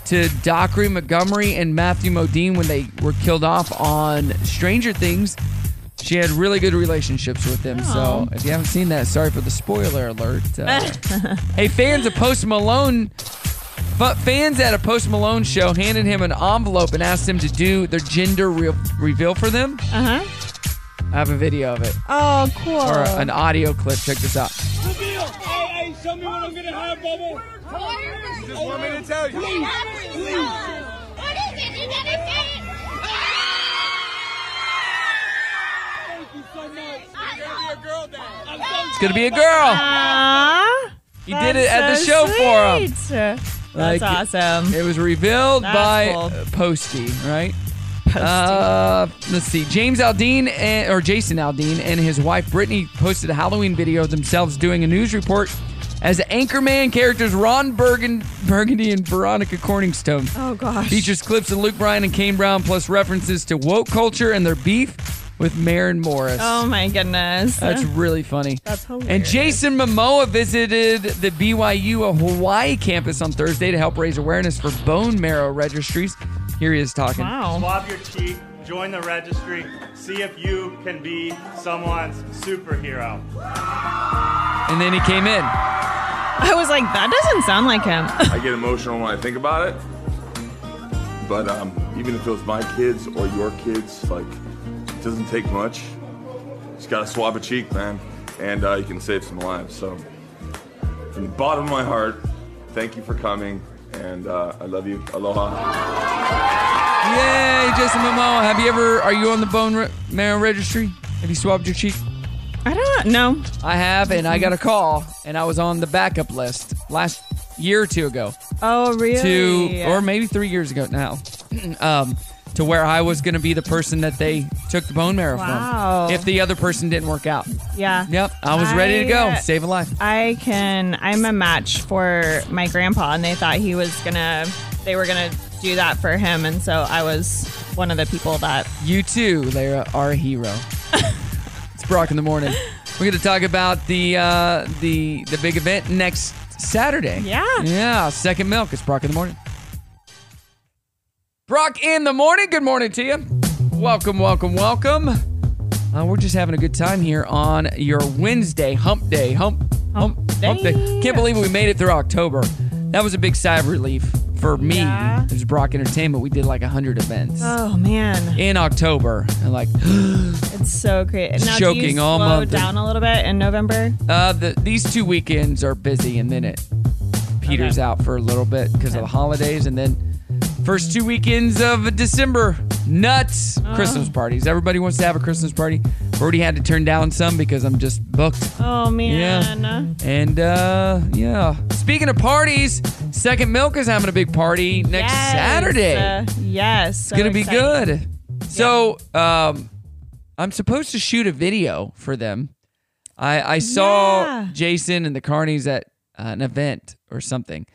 Speaker 1: to Dockery Montgomery and Matthew Modine when they were killed off on Stranger Things. She had really good relationships with them. So if you haven't seen that, sorry for the spoiler alert. Uh, hey, fans of Post Malone, but fans at a Post Malone show handed him an envelope and asked him to do their gender re- reveal for them.
Speaker 6: Uh huh.
Speaker 1: I have a video of it
Speaker 6: Oh, cool.
Speaker 1: or an audio clip. Check this out.
Speaker 9: Reveal! Hey, hey, show me what I'm gonna have, Bubble. Just want me to tell you. Please, please.
Speaker 3: What is it? You gotta say it.
Speaker 9: Thank you so much. It's gonna be a girl day. I'm so
Speaker 1: It's gonna be a girl. He did it at the show for him.
Speaker 6: That's
Speaker 1: awesome. It was revealed
Speaker 6: That's
Speaker 1: by
Speaker 6: cool.
Speaker 1: uh, Posty, right? Uh, let's see. James Aldean and, or Jason Aldean and his wife Brittany posted a Halloween video of themselves doing a news report as Anchorman characters Ron Burgun- Burgundy and Veronica Corningstone.
Speaker 6: Oh gosh.
Speaker 1: Features clips of Luke Bryan and Kane Brown, plus references to woke culture and their beef with Marin Morris.
Speaker 6: Oh my goodness.
Speaker 1: That's really funny.
Speaker 6: That's hilarious.
Speaker 1: And Jason Momoa visited the BYU Hawaii campus on Thursday to help raise awareness for bone marrow registries. Here he is talking.
Speaker 16: Swab your cheek, join the registry, see if you can be someone's superhero.
Speaker 1: And then he came in.
Speaker 6: I was like, that doesn't sound like him.
Speaker 17: I get emotional when I think about it. But um, even if it was my kids or your kids, like, it doesn't take much. Just gotta swab a cheek, man, and uh, you can save some lives. So, from the bottom of my heart, thank you for coming, and uh, I love you. Aloha.
Speaker 1: Yay, Jason Momoa. Have you ever, are you on the bone re- marrow registry? Have you swabbed your cheek?
Speaker 6: I don't know.
Speaker 1: I have, and I got a call, and I was on the backup list last year or two ago.
Speaker 6: Oh, really?
Speaker 1: Two, or maybe three years ago now, um, to where I was going to be the person that they took the bone marrow
Speaker 6: Wow.
Speaker 1: from if the other person didn't work out.
Speaker 6: Yeah.
Speaker 1: Yep, I was ready to go. Save a life.
Speaker 6: I can. I'm a match for my grandpa, and they thought he was gonna. They were gonna do that for him, and so I was one of the people that.
Speaker 1: You too, Lara, are a hero. it's Brock in the morning. We're going to talk about the uh, the the big event next Saturday.
Speaker 6: Yeah.
Speaker 1: Yeah. Second milk. It's Brock in the morning. Brock in the morning. Good morning to you. Welcome, welcome, welcome. Uh, we're just having a good time here on your Wednesday hump day. Hump, hump, hump, day. Can't believe we made it through October. That was a big sigh of relief for me.
Speaker 6: Yeah.
Speaker 1: It was Brock Entertainment. We did like 100 events
Speaker 6: Oh man,
Speaker 1: in October. And like,
Speaker 6: it's so great. Now, do
Speaker 1: Choking
Speaker 6: you
Speaker 1: all
Speaker 6: slow
Speaker 1: month.
Speaker 6: down a little bit in November.
Speaker 1: uh, the, these two weekends are busy, and then it peters out for a little bit because of the holidays, and then first two weekends of December, nuts
Speaker 6: Oh.
Speaker 1: Christmas parties. Everybody wants to have a Christmas party. I've already had to turn down some because I'm just booked.
Speaker 6: Oh man.
Speaker 1: And uh, yeah. Speaking of parties, Second Milk is having a big party next
Speaker 6: Yes.
Speaker 1: Saturday.
Speaker 6: Uh, yes.
Speaker 1: It's gonna be good. So um, I'm supposed to shoot a video for them. I I saw
Speaker 6: Yeah.
Speaker 1: Jason and the Carnies at uh, an event or something,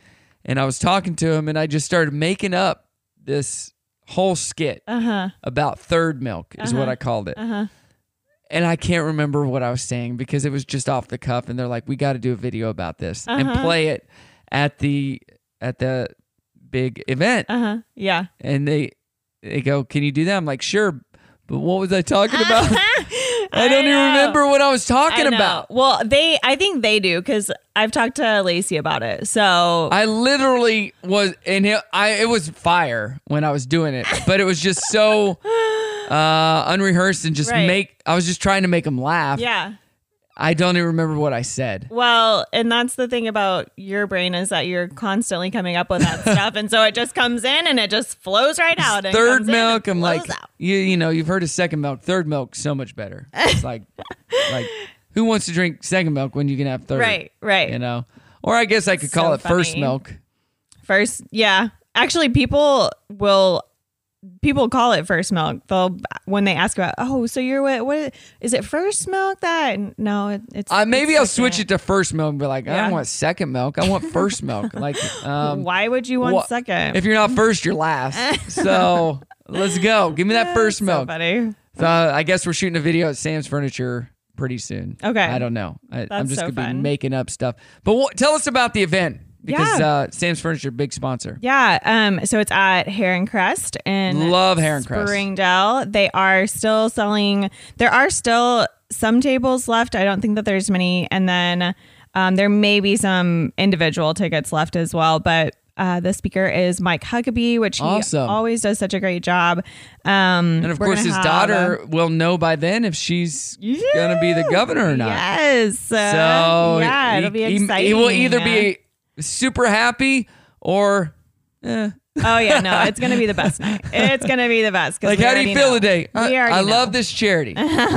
Speaker 1: and I was talking to him, and I just started making up this whole skit
Speaker 6: Uh huh.
Speaker 1: about third milk is what
Speaker 6: Uh-huh.
Speaker 1: I called it,
Speaker 6: Uh huh.
Speaker 1: and I can't remember what I was saying because it was just off the cuff, and they're like, "We got to do a video about this and
Speaker 6: Uh-huh.
Speaker 1: play it at the at the big event."
Speaker 6: Uh huh. Yeah.
Speaker 1: and they they go, "Can you do that?" I'm like, "Sure," but what was I talking about? I don't even remember what I was talking
Speaker 6: I know.
Speaker 1: about.
Speaker 6: Well, they. I think they do because I've talked to Lacey about it. So
Speaker 1: I literally was, and it, I it was fire when I was doing it, but it was just so uh unrehearsed and just
Speaker 6: Right.
Speaker 1: make. I was just trying to make them laugh.
Speaker 6: yeah.
Speaker 1: I don't even remember what I said.
Speaker 6: Well, and that's the thing about your brain is that you're constantly coming up with that stuff, and so it just comes in and it just flows right out. and
Speaker 1: Third
Speaker 6: comes in
Speaker 1: milk, I'm
Speaker 6: and
Speaker 1: like,
Speaker 6: flows out.
Speaker 1: you you know, you've heard of second milk. Third milk, so much better. It's like, like, who wants to drink second milk when you can have third?
Speaker 6: Right, right.
Speaker 1: You know, or I guess I could call
Speaker 6: So
Speaker 1: it first
Speaker 6: funny.
Speaker 1: milk.
Speaker 6: first, yeah. Actually, people will people call it first milk. They'll when they ask about, oh, so you're what? What is it? First milk that? And No, it, it's
Speaker 1: Uh, maybe
Speaker 6: it's
Speaker 1: I'll
Speaker 6: second.
Speaker 1: switch it to first milk and be like, I
Speaker 6: Yeah.
Speaker 1: don't want second milk. I want first milk. Like, um,
Speaker 6: Why would you want
Speaker 1: wha-
Speaker 6: second?
Speaker 1: If you're not first, you're last. so let's go. Give me that first milk.
Speaker 6: buddy.
Speaker 1: So I guess we're shooting a video at Sam's Furniture pretty soon.
Speaker 6: Okay.
Speaker 1: I don't know. I, I'm
Speaker 6: That's
Speaker 1: just
Speaker 6: so
Speaker 1: gonna be
Speaker 6: fun.
Speaker 1: making up stuff. But wha- tell us about the event because
Speaker 6: Yeah.
Speaker 1: uh, Sam's Furniture big sponsor.
Speaker 6: Yeah. Um. So it's at Heron Crest in
Speaker 1: Love Heron Crest.
Speaker 6: Springdale. They are still selling. There are still some tables left. I don't think that there's many, and then um, there may be some individual tickets left as well. But uh, the speaker is Mike Huckabee, which he
Speaker 1: Awesome.
Speaker 6: always does such a great job. Um,
Speaker 1: And of course, his daughter will know by then if she's gonna be the governor or not.
Speaker 6: Yes. So
Speaker 1: So
Speaker 6: yeah,
Speaker 1: he-
Speaker 6: it'll be
Speaker 1: he-
Speaker 6: exciting.
Speaker 1: He, will either be super happy or eh.
Speaker 6: Oh yeah, no, it's gonna be the best night. It's gonna be the best. 'cause
Speaker 1: like,
Speaker 6: we
Speaker 1: how do you
Speaker 6: already
Speaker 1: feel
Speaker 6: know.
Speaker 1: today? I,
Speaker 6: We already
Speaker 1: I
Speaker 6: know.
Speaker 1: love this charity.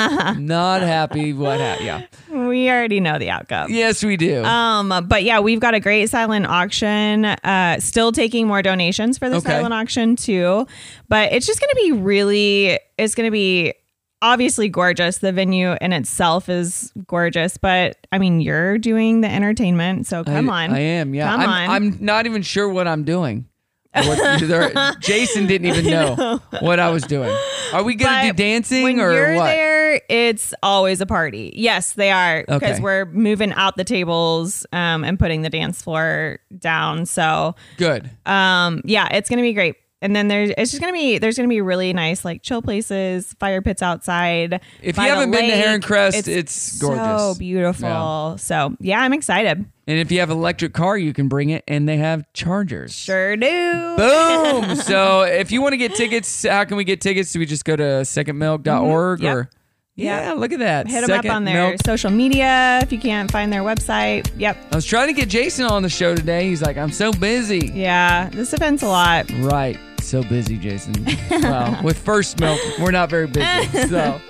Speaker 1: Not happy. What? Ha- yeah.
Speaker 6: We already know the outcome.
Speaker 1: Yes, we do.
Speaker 6: Um, but yeah, we've got a great silent auction. Uh, still taking more donations for the
Speaker 1: Okay.
Speaker 6: silent auction too, but it's just going to be really. It's going to be obviously gorgeous. The venue in itself is gorgeous, but I mean, you're doing the entertainment, so come
Speaker 1: I,
Speaker 6: on.
Speaker 1: I am. Yeah.
Speaker 6: Come
Speaker 1: I'm,
Speaker 6: on.
Speaker 1: I'm not even sure what I'm doing. What- there- Jason didn't even know what I was doing. Are we gonna do
Speaker 6: But
Speaker 1: dancing
Speaker 6: when
Speaker 1: or
Speaker 6: you're
Speaker 1: what?
Speaker 6: there, it's always a party. Yes, they are because
Speaker 1: Okay.
Speaker 6: we're moving out the tables um, and putting the dance floor down. So
Speaker 1: Good.
Speaker 6: um yeah it's gonna be great and then there's it's just gonna be there's gonna be really nice like chill places fire pits outside
Speaker 1: If
Speaker 6: by
Speaker 1: you
Speaker 6: the
Speaker 1: haven't been to
Speaker 6: lake.
Speaker 1: Heron Crest, it's gorgeous.
Speaker 6: so beautiful
Speaker 1: Yeah.
Speaker 6: so yeah i'm excited
Speaker 1: And if you have an electric car, you can bring it, and they have chargers.
Speaker 6: sure do
Speaker 1: Boom. so if you want to get tickets, how can we get tickets? Do we just go to secondmilk.org
Speaker 6: Mhm. Yep.
Speaker 1: or Yeah, look at that.
Speaker 6: Hit them
Speaker 1: Second
Speaker 6: up on their
Speaker 1: milk
Speaker 6: social media if you can't find their website. Yep.
Speaker 1: I was trying to get Jason on the show today. He's like, I'm so busy.
Speaker 6: Yeah, this event's a lot.
Speaker 1: Right. So busy, Jason. well, with first milk, we're not very busy. So,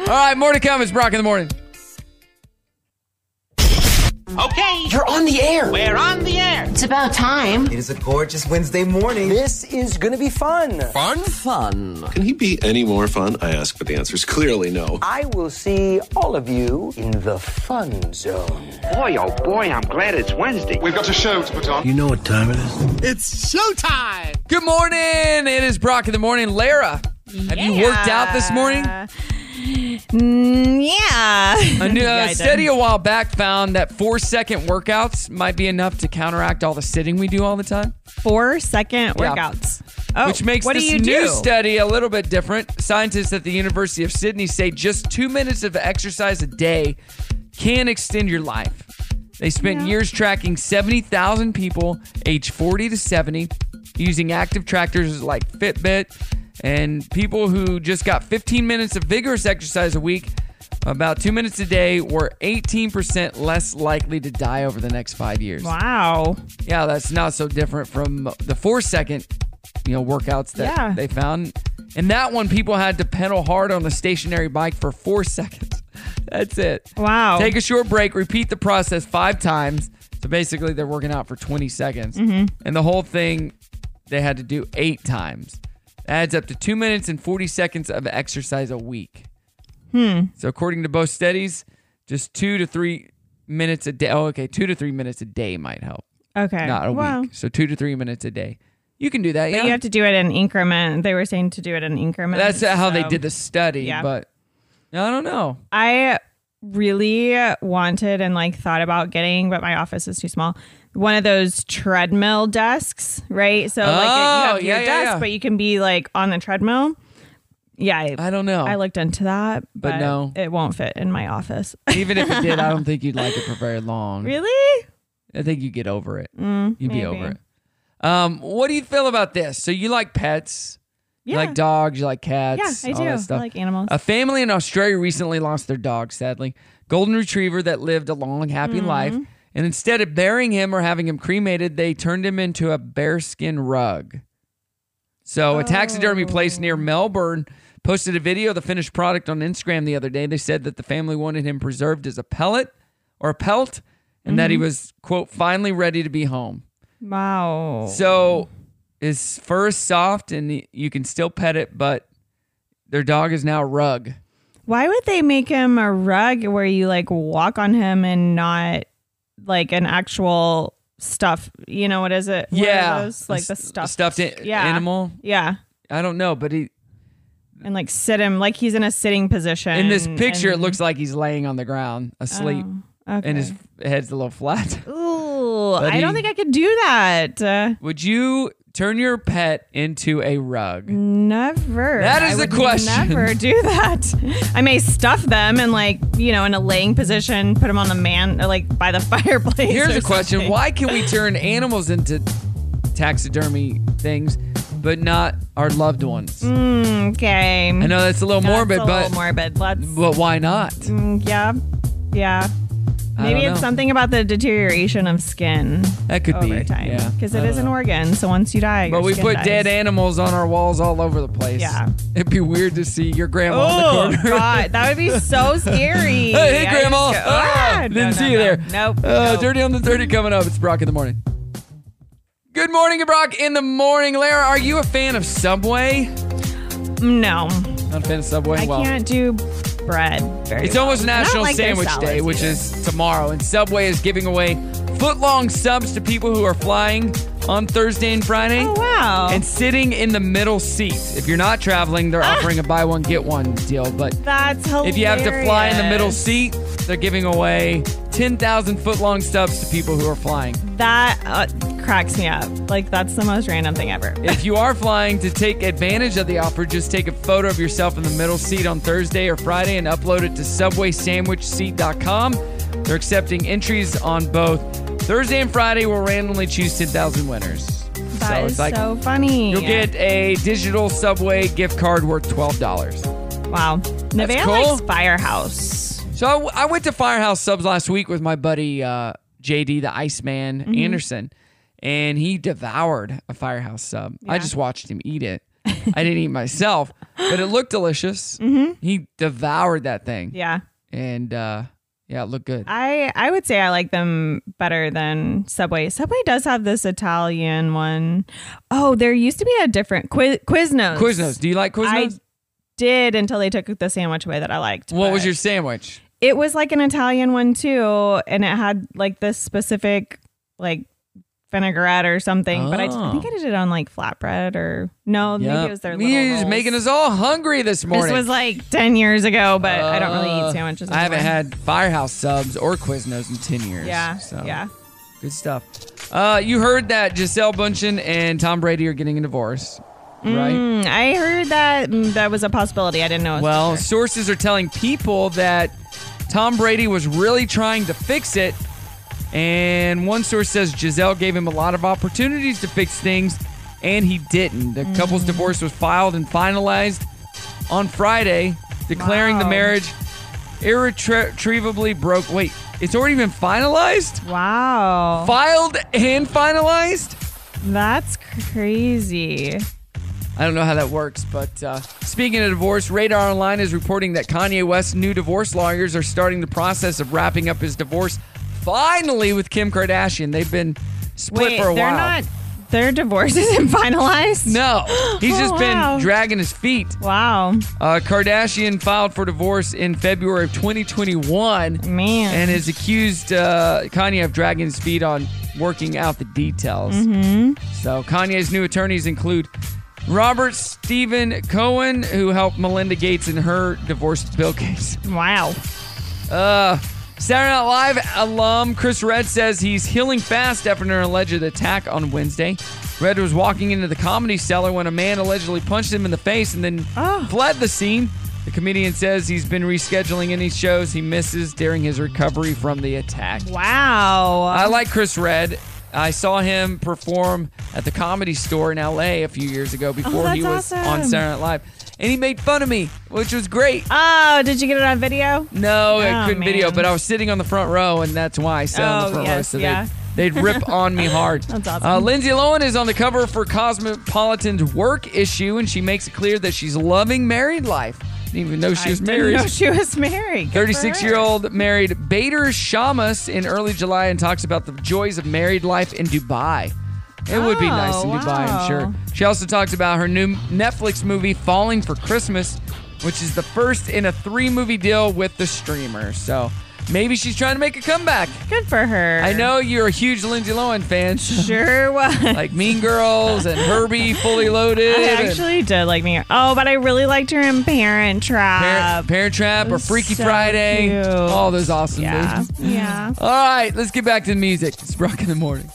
Speaker 1: all right, more to come. It's Brock in the morning.
Speaker 18: Okay. You're on the air. We're on the air. It's about time. It is a gorgeous Wednesday morning. This is going to be fun. Fun? Fun.
Speaker 19: Can he be any more fun? I ask, but the answer is clearly no.
Speaker 18: I will see all of you in the fun zone.
Speaker 12: Boy, oh boy, I'm glad it's Wednesday. We've got a show to put on. You know what time it is?
Speaker 1: It's showtime. Good morning. It is Brock in the morning. Lara, have you worked out this morning?
Speaker 6: Mm, yeah.
Speaker 1: A new,
Speaker 6: Yeah, I
Speaker 1: uh,
Speaker 6: did.
Speaker 1: study a while back found that four second workouts might be enough to counteract all the sitting we do all the time.
Speaker 6: Four second workouts. Oh,
Speaker 1: Which makes
Speaker 6: what do
Speaker 1: this
Speaker 6: you
Speaker 1: new
Speaker 6: do?
Speaker 1: study a little bit different. Scientists at the University of Sydney say just two minutes of exercise a day can extend your life. They spent years tracking 70,000 people aged 40 to 70 using active trackers like Fitbit and people who just got 15 minutes of vigorous exercise a week. About two minutes a day were 18% less likely to die over the next five years.
Speaker 6: Wow.
Speaker 1: Yeah, that's not so different from the four second, you know, workouts that
Speaker 6: Yeah.
Speaker 1: they found. And that one, people had to pedal hard on the stationary bike for four seconds. That's it.
Speaker 6: Wow.
Speaker 1: Take a short break, repeat the process five times. So basically, they're working out for 20 seconds.
Speaker 6: Mhm.
Speaker 1: And the whole thing, they had to do eight times. Adds up to two minutes and 40 seconds of exercise a week.
Speaker 6: Hmm.
Speaker 1: So according to both studies, just two to three minutes a day. Oh, okay, two to three minutes a day might help.
Speaker 6: Okay.
Speaker 1: not a
Speaker 6: Wow.
Speaker 1: week. So two to three minutes a day. You can do that.
Speaker 6: But
Speaker 1: yeah,
Speaker 6: you have to do it in increment. They were saying to do it in increment.
Speaker 1: That's how they
Speaker 6: so-
Speaker 1: did the study.
Speaker 6: Yeah.
Speaker 1: But I don't know.
Speaker 6: I really wanted and like thought about getting, but my office is too small. One of those treadmill desks, right? So like you
Speaker 1: Oh,
Speaker 6: have your
Speaker 1: yeah, yeah,
Speaker 6: desk,
Speaker 1: yeah.
Speaker 6: but you can be like on the treadmill. Yeah, I,
Speaker 1: I don't know.
Speaker 6: I looked into that,
Speaker 1: But
Speaker 6: but,
Speaker 1: no.
Speaker 6: it won't fit in my office.
Speaker 1: Even if it did, I don't think you'd like it for very long.
Speaker 6: really?
Speaker 1: I think you get over it.
Speaker 6: Mm,
Speaker 1: You'd be
Speaker 6: maybe.
Speaker 1: over it. Um, what do you feel about this? So you like pets? You like dogs? You like cats?
Speaker 6: yeah, I
Speaker 1: all
Speaker 6: do.
Speaker 1: That stuff.
Speaker 6: I like animals.
Speaker 1: A family in Australia recently lost their dog, sadly. Golden Retriever that lived a long, happy
Speaker 6: Mm-hmm.
Speaker 1: life. And instead of burying him or having him cremated, they turned him into a bearskin rug. So, a taxidermy place
Speaker 6: Oh.
Speaker 1: near Melbourne posted a video of the finished product on Instagram the other day. They said that the family wanted him preserved as a pellet or a pelt and that he
Speaker 6: Mhm.
Speaker 1: was, quote, finally ready to be home.
Speaker 6: Wow.
Speaker 1: So his fur is soft and y- you can still pet it, but their dog is now rug.
Speaker 6: Why would they make him a rug where you like walk on him and not like an actual stuff? You know what is it? What are those? like the
Speaker 1: S-
Speaker 6: stuff.
Speaker 1: stuffed an-
Speaker 6: Yeah.
Speaker 1: animal.
Speaker 6: Yeah,
Speaker 1: I don't know, but he
Speaker 6: and like sit him like he's in a sitting position.
Speaker 1: in this picture it
Speaker 6: and-
Speaker 1: looks like he's laying on the ground asleep,
Speaker 6: Oh, okay.
Speaker 1: and his head's a little flat.
Speaker 6: Ooh,
Speaker 1: But
Speaker 6: I don't
Speaker 1: he-
Speaker 6: think I could do that. Uh,
Speaker 1: Would you turn your pet into a rug?
Speaker 6: Mm. never.
Speaker 1: That is
Speaker 6: I
Speaker 1: the
Speaker 6: would
Speaker 1: question.
Speaker 6: Never do that. I may stuff them and like you know in a laying position, put them on the man or like by the fireplace.
Speaker 1: Here's
Speaker 6: or
Speaker 1: a question:
Speaker 6: something.
Speaker 1: Why can we turn animals into taxidermy things, but not our loved ones?
Speaker 6: Mm, okay.
Speaker 1: I know that's a little morbid,
Speaker 6: a
Speaker 1: but
Speaker 6: little morbid. Let's.
Speaker 1: but why not?
Speaker 6: Mm, yeah. Yeah.
Speaker 1: I
Speaker 6: Maybe
Speaker 1: don't
Speaker 6: it's
Speaker 1: know.
Speaker 6: something about the deterioration of skin.
Speaker 1: That could
Speaker 6: over
Speaker 1: be,
Speaker 6: time.
Speaker 1: yeah.
Speaker 6: Because
Speaker 1: I
Speaker 6: it
Speaker 1: don't
Speaker 6: is an
Speaker 1: know.
Speaker 6: organ, so once you die, your
Speaker 1: But we
Speaker 6: skin
Speaker 1: put
Speaker 6: dies.
Speaker 1: dead animals on our walls all over the place.
Speaker 6: Yeah.
Speaker 1: It'd be weird to see your grandma
Speaker 6: Oh
Speaker 1: in the corner.
Speaker 6: God, that would be so scary.
Speaker 1: hey,
Speaker 6: I
Speaker 1: Grandma.
Speaker 6: just go-
Speaker 1: Ah,
Speaker 6: Ah,
Speaker 1: didn't
Speaker 6: no, no,
Speaker 1: see you
Speaker 6: no.
Speaker 1: there.
Speaker 6: Nope.
Speaker 1: Uh,
Speaker 6: nope.
Speaker 1: Dirty on the 30 coming up. It's Brock in the morning. Good morning, Brock in the morning. Lara, are you a fan of Subway?
Speaker 6: No.
Speaker 1: Not a fan of Subway?
Speaker 6: I
Speaker 1: Oh, well,
Speaker 6: can't do bread. Very
Speaker 1: it's almost
Speaker 6: well. And I
Speaker 1: National
Speaker 6: don't like their
Speaker 1: Sandwich
Speaker 6: salads
Speaker 1: Day, which
Speaker 6: either.
Speaker 1: is tomorrow, and Subway is giving away footlong subs to people who are flying on Thursday and Friday. Oh
Speaker 6: wow!
Speaker 1: And sitting in the middle seat. If you're not traveling, they're
Speaker 6: Ah.
Speaker 1: offering a buy one get one deal. But
Speaker 6: that's hilarious.
Speaker 1: if you have to fly in the middle seat, they're giving away ten thousand footlong subs to people who are flying.
Speaker 6: that uh, cracks me up. Like that's the most random thing ever.
Speaker 1: If you are flying to take advantage of the offer, just take a photo of yourself in the middle seat on Thursday or Friday and upload it to subwaysandwichseat.com. They're accepting entries on both Thursday and Friday. We'll randomly choose 10,000 winners.
Speaker 6: That is so funny.
Speaker 1: You'll get a digital Subway gift card worth $12.
Speaker 6: Wow. Nevaeh
Speaker 1: cool.
Speaker 6: likes Firehouse.
Speaker 1: So I, w- I went to Firehouse Subs last week with my buddy uh, JD, the Iceman
Speaker 6: Mhm.
Speaker 1: Anderson, and he devoured a Firehouse sub. I
Speaker 6: Yeah.
Speaker 1: just watched him eat it. I didn't eat myself, but it looked delicious. He devoured that thing.
Speaker 6: Mm-hmm. Yeah.
Speaker 1: And uh, yeah, it looked good.
Speaker 6: I, I would say I like them better than Subway. Subway does have this Italian one. Oh, there used to be a different Quiz, Quiznos.
Speaker 1: Quiznos. Do you like
Speaker 6: I
Speaker 1: Quiznos?
Speaker 6: did until they took the sandwich away that I liked.
Speaker 1: what was
Speaker 6: but-
Speaker 1: your sandwich?
Speaker 6: It was like an Italian one too, and it had like this specific like vinaigrette or something. But I, I
Speaker 1: Oh.
Speaker 6: think I did it on like flatbread or no, maybe
Speaker 1: Yep.
Speaker 6: it was their.
Speaker 1: You're
Speaker 6: little
Speaker 1: just
Speaker 6: rolls.
Speaker 1: making us all hungry this morning.
Speaker 6: This was like ten years ago, but I don't really eat
Speaker 1: Uh,
Speaker 6: sandwiches.
Speaker 1: I haven't
Speaker 6: anymore.
Speaker 1: had Firehouse subs or Quiznos in ten years.
Speaker 6: Yeah,
Speaker 1: So.
Speaker 6: yeah.
Speaker 1: Good stuff. Uh, you heard that Giselle Bundchen and Tom Brady are getting a divorce, right?
Speaker 6: Mm, I heard that mm, that was a possibility. I didn't know. It was
Speaker 1: Well, sources are telling people that Tom Brady was really trying to fix it. And one source says Giselle gave him a lot of opportunities to fix things, and he didn't. The
Speaker 6: Mm.
Speaker 1: couple's divorce was filed and finalized on Friday, declaring the
Speaker 6: Wow.
Speaker 1: marriage irretrievably broke. Wait, it's already been
Speaker 6: Mm.
Speaker 1: finalized?
Speaker 6: Wow.
Speaker 1: Filed and finalized?
Speaker 6: That's crazy.
Speaker 1: I don't know how that works, but uh, speaking of divorce, Radar Online is reporting that Kanye West's new divorce lawyers are starting the process of wrapping up his divorce finally with Kim Kardashian. They've been split
Speaker 6: Wait,
Speaker 1: for a
Speaker 6: they're
Speaker 1: while.
Speaker 6: not. Their divorce isn't finalized.
Speaker 1: No, he's
Speaker 6: Oh,
Speaker 1: just been
Speaker 6: wow.
Speaker 1: dragging his feet.
Speaker 6: Wow.
Speaker 1: Uh, Kardashian filed for divorce in February of 2021.
Speaker 6: Man.
Speaker 1: And is accused uh, Kanye of dragging his feet on working out the details.
Speaker 6: Mhm.
Speaker 1: So Kanye's new attorneys include Robert Stephen Cohen, who helped Melinda Gates in her divorce bill case.
Speaker 6: Wow.
Speaker 1: Uh, Saturday Night Live alum Chris Red says he's healing fast after an alleged attack on Wednesday. Red was walking into the comedy cellar when a man allegedly punched him in the face and then fled the scene. The comedian says he's been rescheduling any shows he misses during his recovery from the attack.
Speaker 6: Wow.
Speaker 1: I like Chris Red. I saw him perform at the comedy store in LA a few years ago before he was
Speaker 6: Oh, that's
Speaker 1: on
Speaker 6: awesome.
Speaker 1: Saturday Night Live. And he made fun of me, which was great.
Speaker 6: Oh, did you get it on video?
Speaker 1: No, I
Speaker 6: Oh,
Speaker 1: couldn't video,
Speaker 6: man.
Speaker 1: but I was sitting on the front row, and that's why I sat on the
Speaker 6: Oh,
Speaker 1: front row.
Speaker 6: yes,
Speaker 1: So
Speaker 6: yeah.
Speaker 1: they'd, they'd rip on me hard.
Speaker 6: That's awesome.
Speaker 1: Uh, Lindsay Lohan is on the cover for Cosmopolitan's work issue, and she makes it clear that she's loving married life. Didn't even know she was
Speaker 6: Didn't
Speaker 1: married.
Speaker 6: know she was married. Good for
Speaker 1: 36
Speaker 6: her.
Speaker 1: year old married Bader Shamas in early July and talks about the joys of married life in Dubai. It would be nice in
Speaker 6: Oh,
Speaker 1: Dubai, I'm
Speaker 6: wow.
Speaker 1: sure. She also talks about her new Netflix movie, Falling for Christmas, which is the first in a three movie deal with the streamer. So maybe she's trying to make a comeback.
Speaker 6: Good for her.
Speaker 1: I know you're a huge Lindsay Lohan fan. so-
Speaker 6: Sure was.
Speaker 1: Like Mean Girls and Herbie Fully Loaded.
Speaker 6: I
Speaker 1: and-
Speaker 6: actually did like me. Oh, but I really liked her in Parent Trap.
Speaker 1: Parent, Parent Trap or Freaky Friday.
Speaker 6: cute.
Speaker 1: All those awesome
Speaker 6: Yeah.
Speaker 1: movies.
Speaker 6: Yeah.
Speaker 1: All right, let's get back to the music. It's Brock in the morning.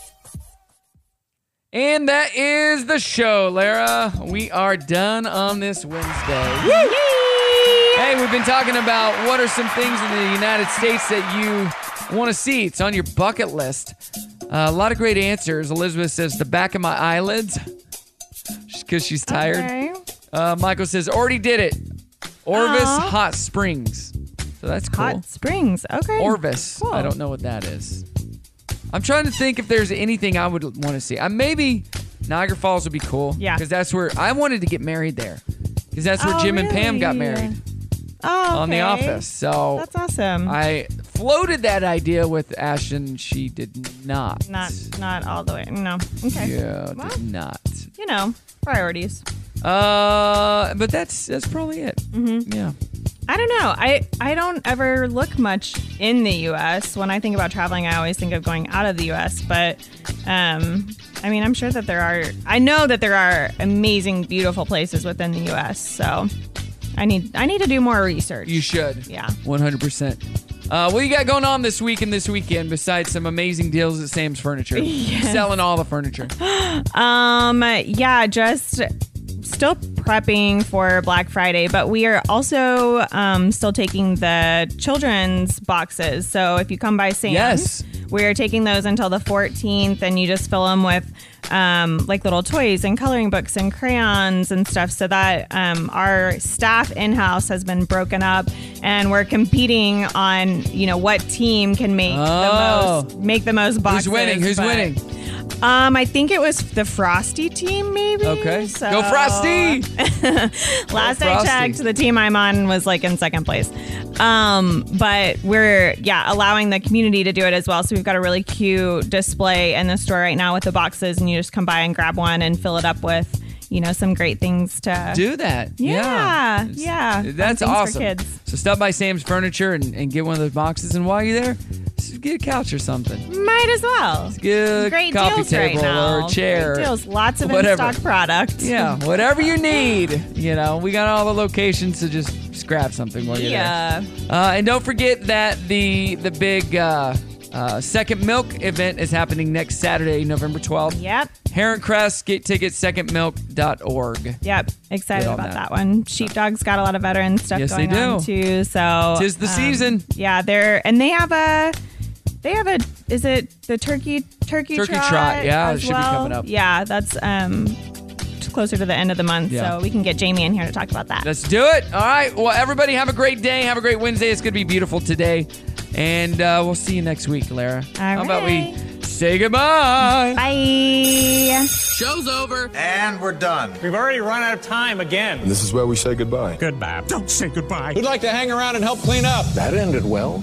Speaker 1: And that is the show, Lara. We are done on this Wednesday. Hey, we've been talking about what are some things in the United States that you want to see. It's on your bucket list. Uh, a lot of great answers. Elizabeth says, the back of my eyelids because she's tired.
Speaker 6: Okay.
Speaker 1: Uh, Michael says, already did it. Orvis
Speaker 6: Aw.
Speaker 1: Hot Springs. So that's cool.
Speaker 6: Hot Springs. Okay.
Speaker 1: Orvis.
Speaker 6: Cool.
Speaker 1: I don't know what that is. I'm trying to think if there's anything I would want to see. I maybe Niagara Falls would be cool.
Speaker 6: Yeah.
Speaker 1: Because that's where I wanted to get married there. Because that's where
Speaker 6: Oh,
Speaker 1: Jim and Pam got
Speaker 6: really?
Speaker 1: married
Speaker 6: Oh,
Speaker 1: on The
Speaker 6: okay.
Speaker 1: Office. So
Speaker 6: That's awesome.
Speaker 1: I floated that idea with Ashton. She did not.
Speaker 6: not not all the way. No. Okay.
Speaker 1: Yeah,
Speaker 6: Well,
Speaker 1: did not.
Speaker 6: you know, priorities.
Speaker 1: Uh, but that's that's probably it.
Speaker 6: Mhm.
Speaker 1: Yeah.
Speaker 6: I don't know. I, I don't ever look much in the U.S. When I think about traveling, I always think of going out of the U.S. But um, I mean, I'm sure that there are. I know that there are amazing, beautiful places within the U.S. So I need I need to do more research.
Speaker 1: You should.
Speaker 6: Yeah.
Speaker 1: 100%. Uh, what you got going on this week and this weekend besides some amazing deals at Sam's Furniture?
Speaker 6: Yes.
Speaker 1: Selling all the furniture.
Speaker 6: Um, yeah, just still prepping for Black Friday, but we are also um, still taking the children's boxes. So if you come by Sam's,
Speaker 1: Yes.
Speaker 6: we are taking those until the 14th, and you just fill them with um, like little toys and coloring books and crayons and stuff. So that um, our staff in house has been broken up, and we're competing on you know what team can make
Speaker 1: Oh.
Speaker 6: the most make the most boxes.
Speaker 1: winning? Who's
Speaker 6: but-
Speaker 1: winning?
Speaker 6: Um, I think it was the Frosty team, maybe.
Speaker 1: Okay.
Speaker 6: So-
Speaker 1: Go Frosty!
Speaker 6: Last
Speaker 1: Go
Speaker 6: I
Speaker 1: Frosty.
Speaker 6: checked, the team I'm on was like in second place. Um, but we're yeah allowing the community to do it as well. So we've got a really cute display in the store right now with the boxes, and you just come by and grab one and fill it up with you know some great things to
Speaker 1: Do that.
Speaker 6: Yeah, yeah. Fun
Speaker 1: That's
Speaker 6: things for
Speaker 1: awesome.
Speaker 6: kids.
Speaker 1: So stop by Sam's Furniture and, and get one of those boxes. And while you're there, just get a couch or something.
Speaker 6: Might as well.
Speaker 1: Get a
Speaker 6: Great
Speaker 1: coffee
Speaker 6: deals
Speaker 1: table
Speaker 6: right now.
Speaker 1: or a chair.
Speaker 6: Great deals. Lots of
Speaker 1: whatever.
Speaker 6: in-stock products.
Speaker 1: Yeah, whatever you need. You know, we got all the locations, so just, just grab something while you're
Speaker 6: Yeah.
Speaker 1: there. Uh, and don't forget that the the big uh, uh, second milk event is happening next Saturday, November 12th.
Speaker 6: Yep.
Speaker 1: Heron Crest, get tickets, secondmilk.org.
Speaker 6: Yep, excited
Speaker 1: Get on
Speaker 6: about
Speaker 1: that.
Speaker 6: that. one. Sheepdog's got a lot of veteran stuff
Speaker 1: Yes, they
Speaker 6: going on too. So um,
Speaker 1: Tis the season.
Speaker 6: Yeah, they're and they have a they have a is it the turkey turkey
Speaker 1: Turkey
Speaker 6: trot?
Speaker 1: trot, yeah, it
Speaker 6: as
Speaker 1: should be
Speaker 6: well?
Speaker 1: coming up.
Speaker 6: Yeah, that's um t- closer to the end of the month,
Speaker 1: Yeah.
Speaker 6: so we can get Jamie in here to talk about that.
Speaker 1: Let's do it. All right. Well, everybody, have a great day. Have a great Wednesday. It's going to be beautiful today. And uh, we'll see you next week, Lara. How about we say goodbye?
Speaker 6: Bye.
Speaker 20: Show's over. And we're done. We've already run out of time again.
Speaker 10: This is where we say goodbye.
Speaker 20: Goodbye. Don't say goodbye. Who'd like to hang around and help clean up? That ended well.